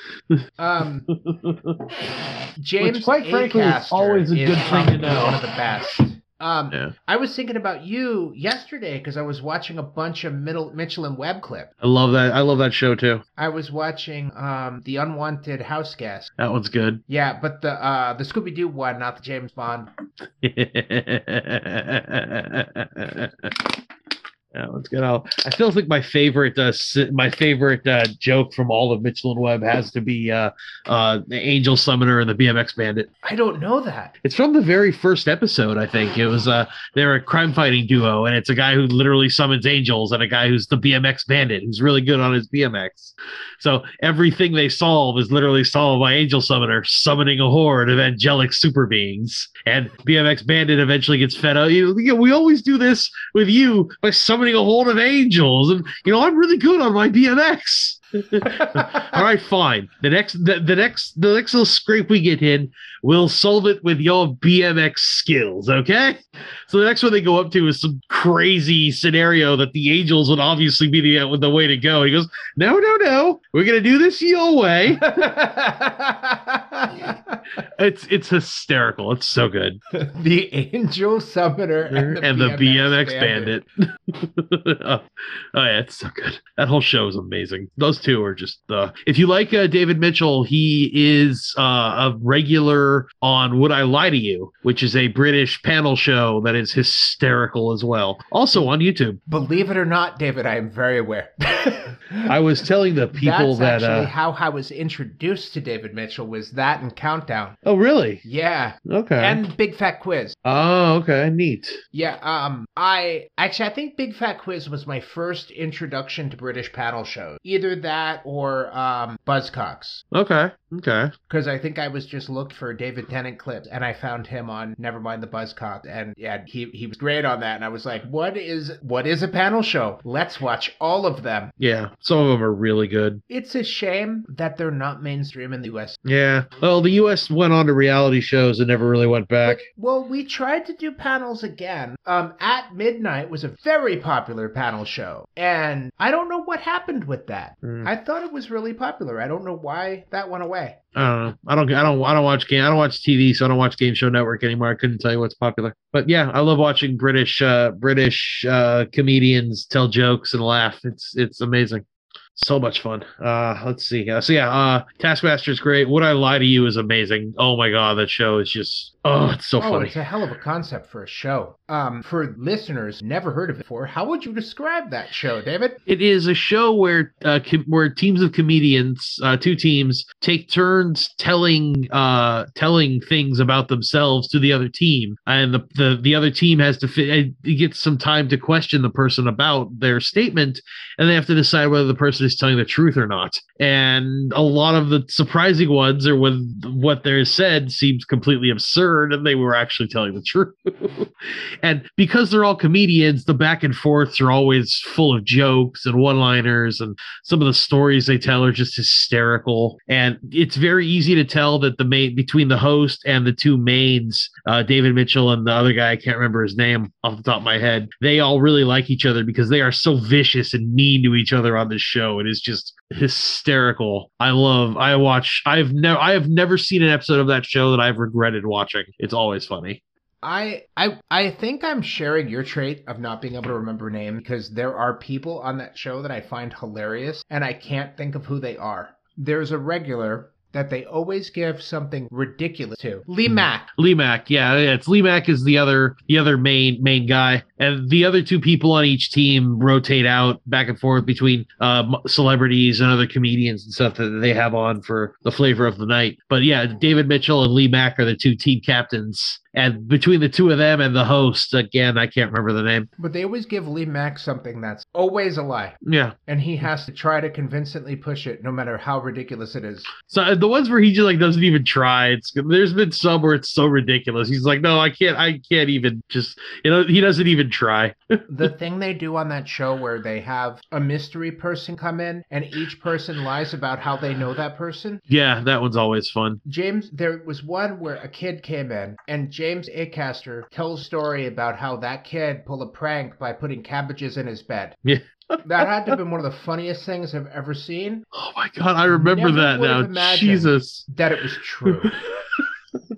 Speaker 1: um,
Speaker 3: doesn't.
Speaker 1: James,
Speaker 3: Which, quite frankly, is
Speaker 1: Acaster
Speaker 3: always a
Speaker 1: is
Speaker 3: good thing to
Speaker 1: probably
Speaker 3: know.
Speaker 1: One of the best. Um,
Speaker 3: Yeah.
Speaker 1: I was thinking about you yesterday because I was watching a bunch of middle Mitchell and Webb clip.
Speaker 3: I love that. I love that show too.
Speaker 1: I was watching um, the Unwanted House Guest.
Speaker 3: That one's good.
Speaker 1: Yeah, but the uh, the Scooby Doo one, not the James Bond.
Speaker 3: that one's good. I'll, I still think my favorite uh, si- my favorite uh, joke from all of Mitchell and Webb has to be uh uh the Angel Summoner and the BMX Bandit.
Speaker 1: I don't know that.
Speaker 3: It's from the very first episode, I think. It was uh they're a crime fighting duo, and it's a guy who literally summons angels and a guy who's the BMX bandit who's really good on his BMX. So everything they solve is literally solved by Angel Summoner summoning a horde of angelic super beings. And BMX Bandit eventually gets fed up. You, you know, we always do this with you by summoning a horde of angels, and you know I'm really good on my BMX. All right, fine. The next, the, the next, the next little scrape we get in, we'll solve it with your BMX skills, okay? So the next one they go up to is some crazy scenario that the angels would obviously be the the way to go. He goes, no, no, no, we're gonna do this your way. it's it's hysterical. It's so good.
Speaker 1: the Angel Summoner and the,
Speaker 3: Mm-hmm. and the
Speaker 1: BMX,
Speaker 3: BMX Bandit. oh, yeah, it's so good. That whole show is amazing. Those two are just uh, if you like uh, David Mitchell, he is uh, a regular on Would I Lie to You, which is a British panel show that is hysterical as well. Also on YouTube.
Speaker 1: Believe it or not, David, I am very aware.
Speaker 3: I was telling the people
Speaker 1: That's
Speaker 3: that.
Speaker 1: actually
Speaker 3: Uh,
Speaker 1: how I was introduced to David Mitchell was that and Countdown.
Speaker 3: oh, really?
Speaker 1: Yeah.
Speaker 3: Okay.
Speaker 1: And Big Fat Quiz.
Speaker 3: oh, okay. Neat.
Speaker 1: Yeah, um, I actually I think Big Fat Quiz was my first introduction to British paddle shows. Either that or um, Buzzcocks,
Speaker 3: Okay. Okay.
Speaker 1: because I think I was just looked for David Tennant clips, and I found him on Nevermind the Buzzcocks, and yeah, he he was great on that, and I was like, what is what is a panel show? Let's watch all of them.
Speaker 3: Yeah. Some of them are really good.
Speaker 1: It's a shame that they're not mainstream in the U.S.
Speaker 3: Yeah. Well, the U.S. went on to reality shows and never really went back.
Speaker 1: Well, we tried to do panels again. Um, At Midnight was a very popular panel show, and I don't know what happened with that.
Speaker 3: Mm.
Speaker 1: I thought it was really popular. I don't know why that went away.
Speaker 3: I don't know. I don't. I don't. I don't watch game. I don't watch TV, so I don't watch Game Show Network anymore. I couldn't tell you what's popular. But yeah, I love watching British uh, British uh, comedians tell jokes and laugh. It's it's amazing. So much fun. Uh, let's see. Uh, so yeah, uh, Taskmaster is great. Would I Lie to You is amazing. Oh my god, that show is just oh, it's so
Speaker 1: oh,
Speaker 3: funny.
Speaker 1: it's a hell of a concept for a show. Um, for listeners never heard of it before, how would you describe that show, David?
Speaker 3: It is a show where uh, com- where teams of comedians, uh, two teams, take turns telling uh, telling things about themselves to the other team, and the the, the other team has to fi- it gets some time to question the person about their statement, and they have to decide whether the person is telling the truth or not. And a lot of the surprising ones are when what they're said seems completely absurd, and they were actually telling the truth. and because they're all comedians, the back and forths are always full of jokes and one liners, and some of the stories they tell are just hysterical. And it's very easy to tell that the main between the host and the two mains, uh, David Mitchell and the other guy, I can't remember his name off the top of my head, they all really like each other because they are so vicious and mean to each other on this show. It is just hysterical. I love. I watch. I've never. I have never seen an episode of that show that I've regretted watching. It's always funny.
Speaker 1: I I I think I'm sharing your trait of not being able to remember names because there are people on that show that I find hilarious and I can't think of who they are. There's a regular that they always give something ridiculous to. Lee Mack.
Speaker 3: Lemac, yeah, yeah, it's Lemac is the other the other main main guy, and the other two people on each team rotate out back and forth between um, celebrities and other comedians and stuff that they have on for the flavor of the night. But yeah, David Mitchell and Lemac are the two team captains, and between the two of them and the host, again, I can't remember the name.
Speaker 1: But they always give Lee Mack something that's always a lie.
Speaker 3: Yeah,
Speaker 1: And he has to try to convincingly push it no matter how ridiculous it is.
Speaker 3: So uh, the ones where he just like doesn't even try. It's there's been some where it's so ridiculous. He's like, no, I can't, I can't even just you know he doesn't even try.
Speaker 1: the thing they do on that show where they have a mystery person come in and each person lies about how they know that person.
Speaker 3: Yeah, that one's always fun.
Speaker 1: James, there was one where a kid came in and James Acaster tells a story about how that kid pulled a prank by putting cabbages in his bed.
Speaker 3: Yeah.
Speaker 1: that had to have been one of the funniest things I've ever seen.
Speaker 3: Oh my god, I remember
Speaker 1: Never
Speaker 3: that
Speaker 1: would have
Speaker 3: now.
Speaker 1: imagined.
Speaker 3: Jesus,
Speaker 1: That it was true.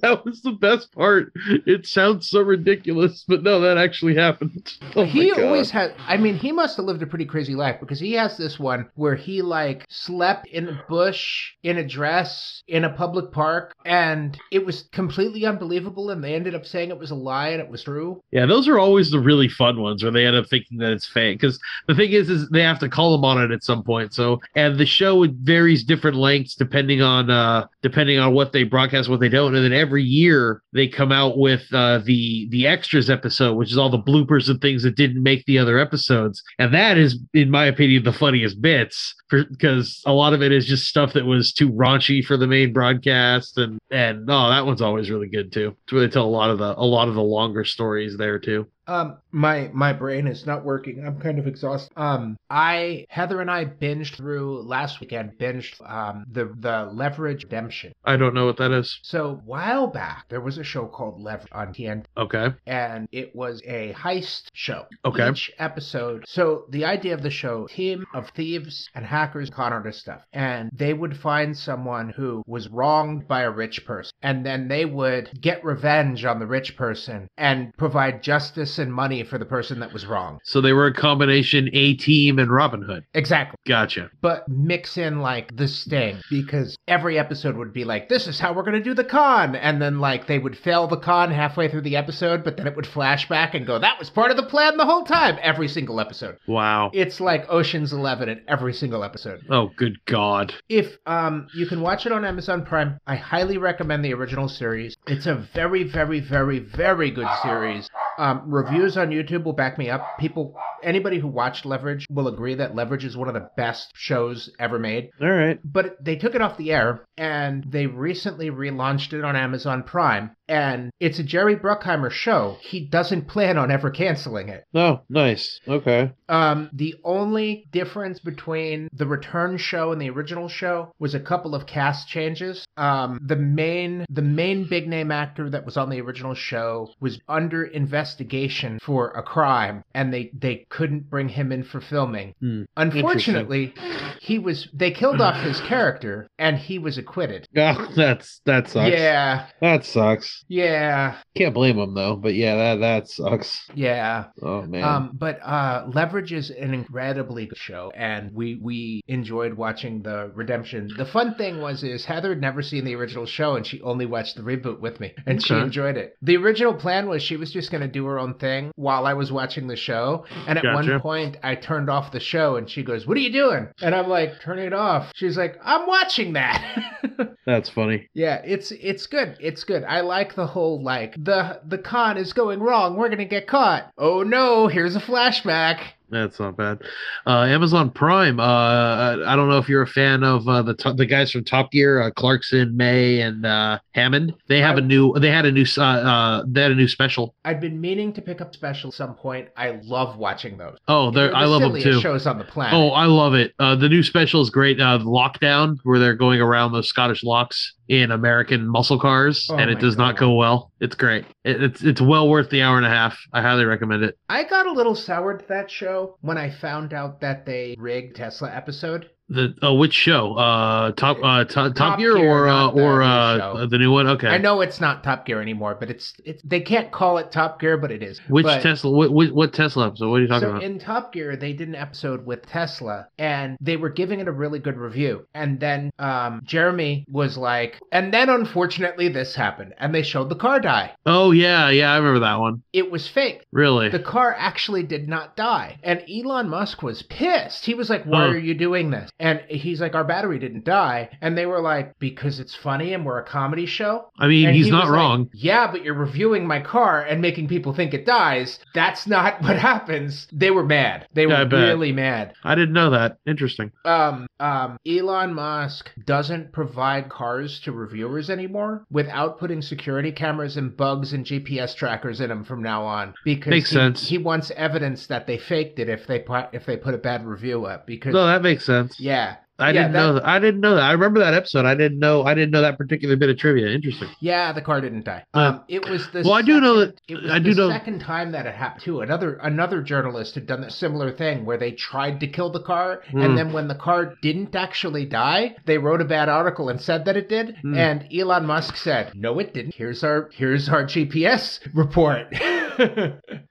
Speaker 3: that was the best part. It sounds so ridiculous, but no, that actually happened. Oh my
Speaker 1: he
Speaker 3: God.
Speaker 1: always had i mean he must have lived a pretty crazy life because he has this one where he like slept in a bush in a dress in a public park and it was completely unbelievable and they ended up saying it was a lie and it was true
Speaker 3: Yeah, those are always the really fun ones where they end up thinking that it's fake. Because the thing is, is they have to call them on it at some point. So, and the show it varies different lengths depending on uh depending on what they broadcast, what they don't, and then every year they come out with uh the the extras episode, which is all the bloopers and things that didn't make the other episodes, and that is, in my opinion, the funniest bits because a lot of it is just stuff that was too raunchy for the main broadcast, and and oh, that one's always really good too. It's where they tell a lot of the a lot of the longer stories there too.
Speaker 1: Um, my my brain is not working. I'm kind of exhausted. Um, I Heather and I binged through last weekend. Binged um the the Leverage Redemption.
Speaker 3: I don't know what that is.
Speaker 1: So a while back there was a show called Leverage on TNT,
Speaker 3: Okay.
Speaker 1: and it was a heist show.
Speaker 3: Okay.
Speaker 1: Each episode. So the idea of the show: team of thieves and hackers, con artists, stuff, and they would find someone who was wronged by a rich person, and then they would get revenge on the rich person and provide justice and money for the person that was wronged.
Speaker 3: So they were a combination A Team and Robin Hood.
Speaker 1: Exactly.
Speaker 3: Gotcha.
Speaker 1: but mix in like the sting because every episode would be like this is how we're going to do the con and then like they would fail the con halfway through the episode but then it would flash back and go that was part of the plan the whole time every single episode
Speaker 3: Wow.
Speaker 1: it's like oceans 11 in every single episode
Speaker 3: Oh, good God.
Speaker 1: if um you can watch it on amazon prime i highly recommend the original series it's a very very very very good series um, reviews on youtube will back me up people anybody who watched leverage will agree that leverage is one of the best shows ever made
Speaker 3: All right.
Speaker 1: but they took it off the air and they recently relaunched it on Amazon Prime. And it's a Jerry Bruckheimer show. He doesn't plan on ever canceling it.
Speaker 3: Oh, nice. Okay.
Speaker 1: Um, the only difference between the return show and the original show was a couple of cast changes. Um, the main the main big name actor that was on the original show was under investigation for a crime, and they they couldn't bring him in for filming.
Speaker 3: Hmm.
Speaker 1: Unfortunately, he was they killed off his character, and he was acquitted.
Speaker 3: Oh, that's that sucks.
Speaker 1: Yeah,
Speaker 3: That sucks.
Speaker 1: yeah,
Speaker 3: Can't blame him though. But yeah, that that sucks.
Speaker 1: yeah.
Speaker 3: Oh man.
Speaker 1: Um, but uh, Leverage is an incredibly good show, and we we enjoyed watching the redemption. The fun thing was is Heather had never seen the original show, and she only watched the reboot with me, and she
Speaker 3: Okay.
Speaker 1: enjoyed it. The original plan was she was just going to do her own thing while I was watching the show, and at one
Speaker 3: Gotcha.
Speaker 1: point I turned off the show, and she goes, "What are you doing?" And I'm like, "Turn it off." She's like, "I'm watching that."
Speaker 3: that's funny.
Speaker 1: Yeah, it's it's good. It's good. I like the whole like the the con is going wrong. We're gonna get caught. Oh no! Here's a flashback.
Speaker 3: That's not bad. Uh, Amazon Prime. Uh, I- I don't know if you're a fan of uh, the to- the guys from Top Gear, uh, Clarkson, May, and uh, Hammond. They have a new. They had a new. s- Uh, uh, they had a new special.
Speaker 1: I've been meaning to pick up special at some point. I love watching those.
Speaker 3: Oh, they're,
Speaker 1: They're the
Speaker 3: I love them
Speaker 1: silliest
Speaker 3: too.
Speaker 1: Shows on the planet.
Speaker 3: Oh, I love it. Uh, the new special is great. Uh, Lockdown, where they're going around those Scottish locks in American muscle cars,
Speaker 1: Oh
Speaker 3: and
Speaker 1: my
Speaker 3: it does not
Speaker 1: God.
Speaker 3: go well. It's great. It, it's it's well worth the hour and a half. I highly recommend it.
Speaker 1: I got a little soured to that show when I found out that they rigged Tesla episode.
Speaker 3: The oh, which show? Uh, top uh, to- top,
Speaker 1: Top
Speaker 3: Gear
Speaker 1: Gear,
Speaker 3: or uh,
Speaker 1: not the
Speaker 3: or
Speaker 1: new
Speaker 3: uh,
Speaker 1: show.
Speaker 3: the new one? Okay.
Speaker 1: I know it's not Top Gear anymore, but it's it's they can't call it Top Gear, but it is.
Speaker 3: Which
Speaker 1: But-
Speaker 3: Tesla? What, what, what Tesla episode? What are you talking
Speaker 1: so
Speaker 3: about?
Speaker 1: in Top Gear, they did an episode with Tesla, and they were giving it a really good review. And then um, Jeremy was like, "And then unfortunately, this happened." And they showed the car die.
Speaker 3: oh yeah, yeah, I remember that one.
Speaker 1: It was fake.
Speaker 3: Really?
Speaker 1: The car actually did not die. And Elon Musk was pissed. He was like, Why
Speaker 3: Huh.
Speaker 1: are you doing this? And he's like, Our battery didn't die. And they were like, Because it's funny and we're a comedy show.
Speaker 3: I mean,
Speaker 1: And
Speaker 3: he's
Speaker 1: he was
Speaker 3: not
Speaker 1: like,
Speaker 3: wrong.
Speaker 1: yeah, but you're reviewing my car and making people think it dies. That's not what happens. They were mad. They
Speaker 3: Yeah, I
Speaker 1: were
Speaker 3: bet.
Speaker 1: really mad.
Speaker 3: I didn't know that. Interesting.
Speaker 1: Um, um, Elon Musk doesn't provide cars to reviewers anymore without putting security cameras and bugs and GPS trackers in them from now on because
Speaker 3: Makes
Speaker 1: he,
Speaker 3: sense.
Speaker 1: he wants evidence that they faked it if they pu- if they put a bad review up because
Speaker 3: No, that makes sense.
Speaker 1: yeah.
Speaker 3: I
Speaker 1: Yeah,
Speaker 3: didn't know that. I didn't know that. I remember that episode. I didn't know. I didn't know that particular bit of trivia. Interesting.
Speaker 1: Yeah, the car didn't die.
Speaker 3: Uh,
Speaker 1: Um, it was the
Speaker 3: well, I do know
Speaker 1: second-
Speaker 3: that-
Speaker 1: it was
Speaker 3: I
Speaker 1: the
Speaker 3: do know-
Speaker 1: second time that it happened too. Another another journalist had done a similar thing where they tried to kill the car,
Speaker 3: Hmm.
Speaker 1: and then when the car didn't actually die, they wrote a bad article and said that it did.
Speaker 3: Hmm.
Speaker 1: And Elon Musk said, "No, it didn't. Here's our here's our GPS report."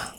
Speaker 2: Radio.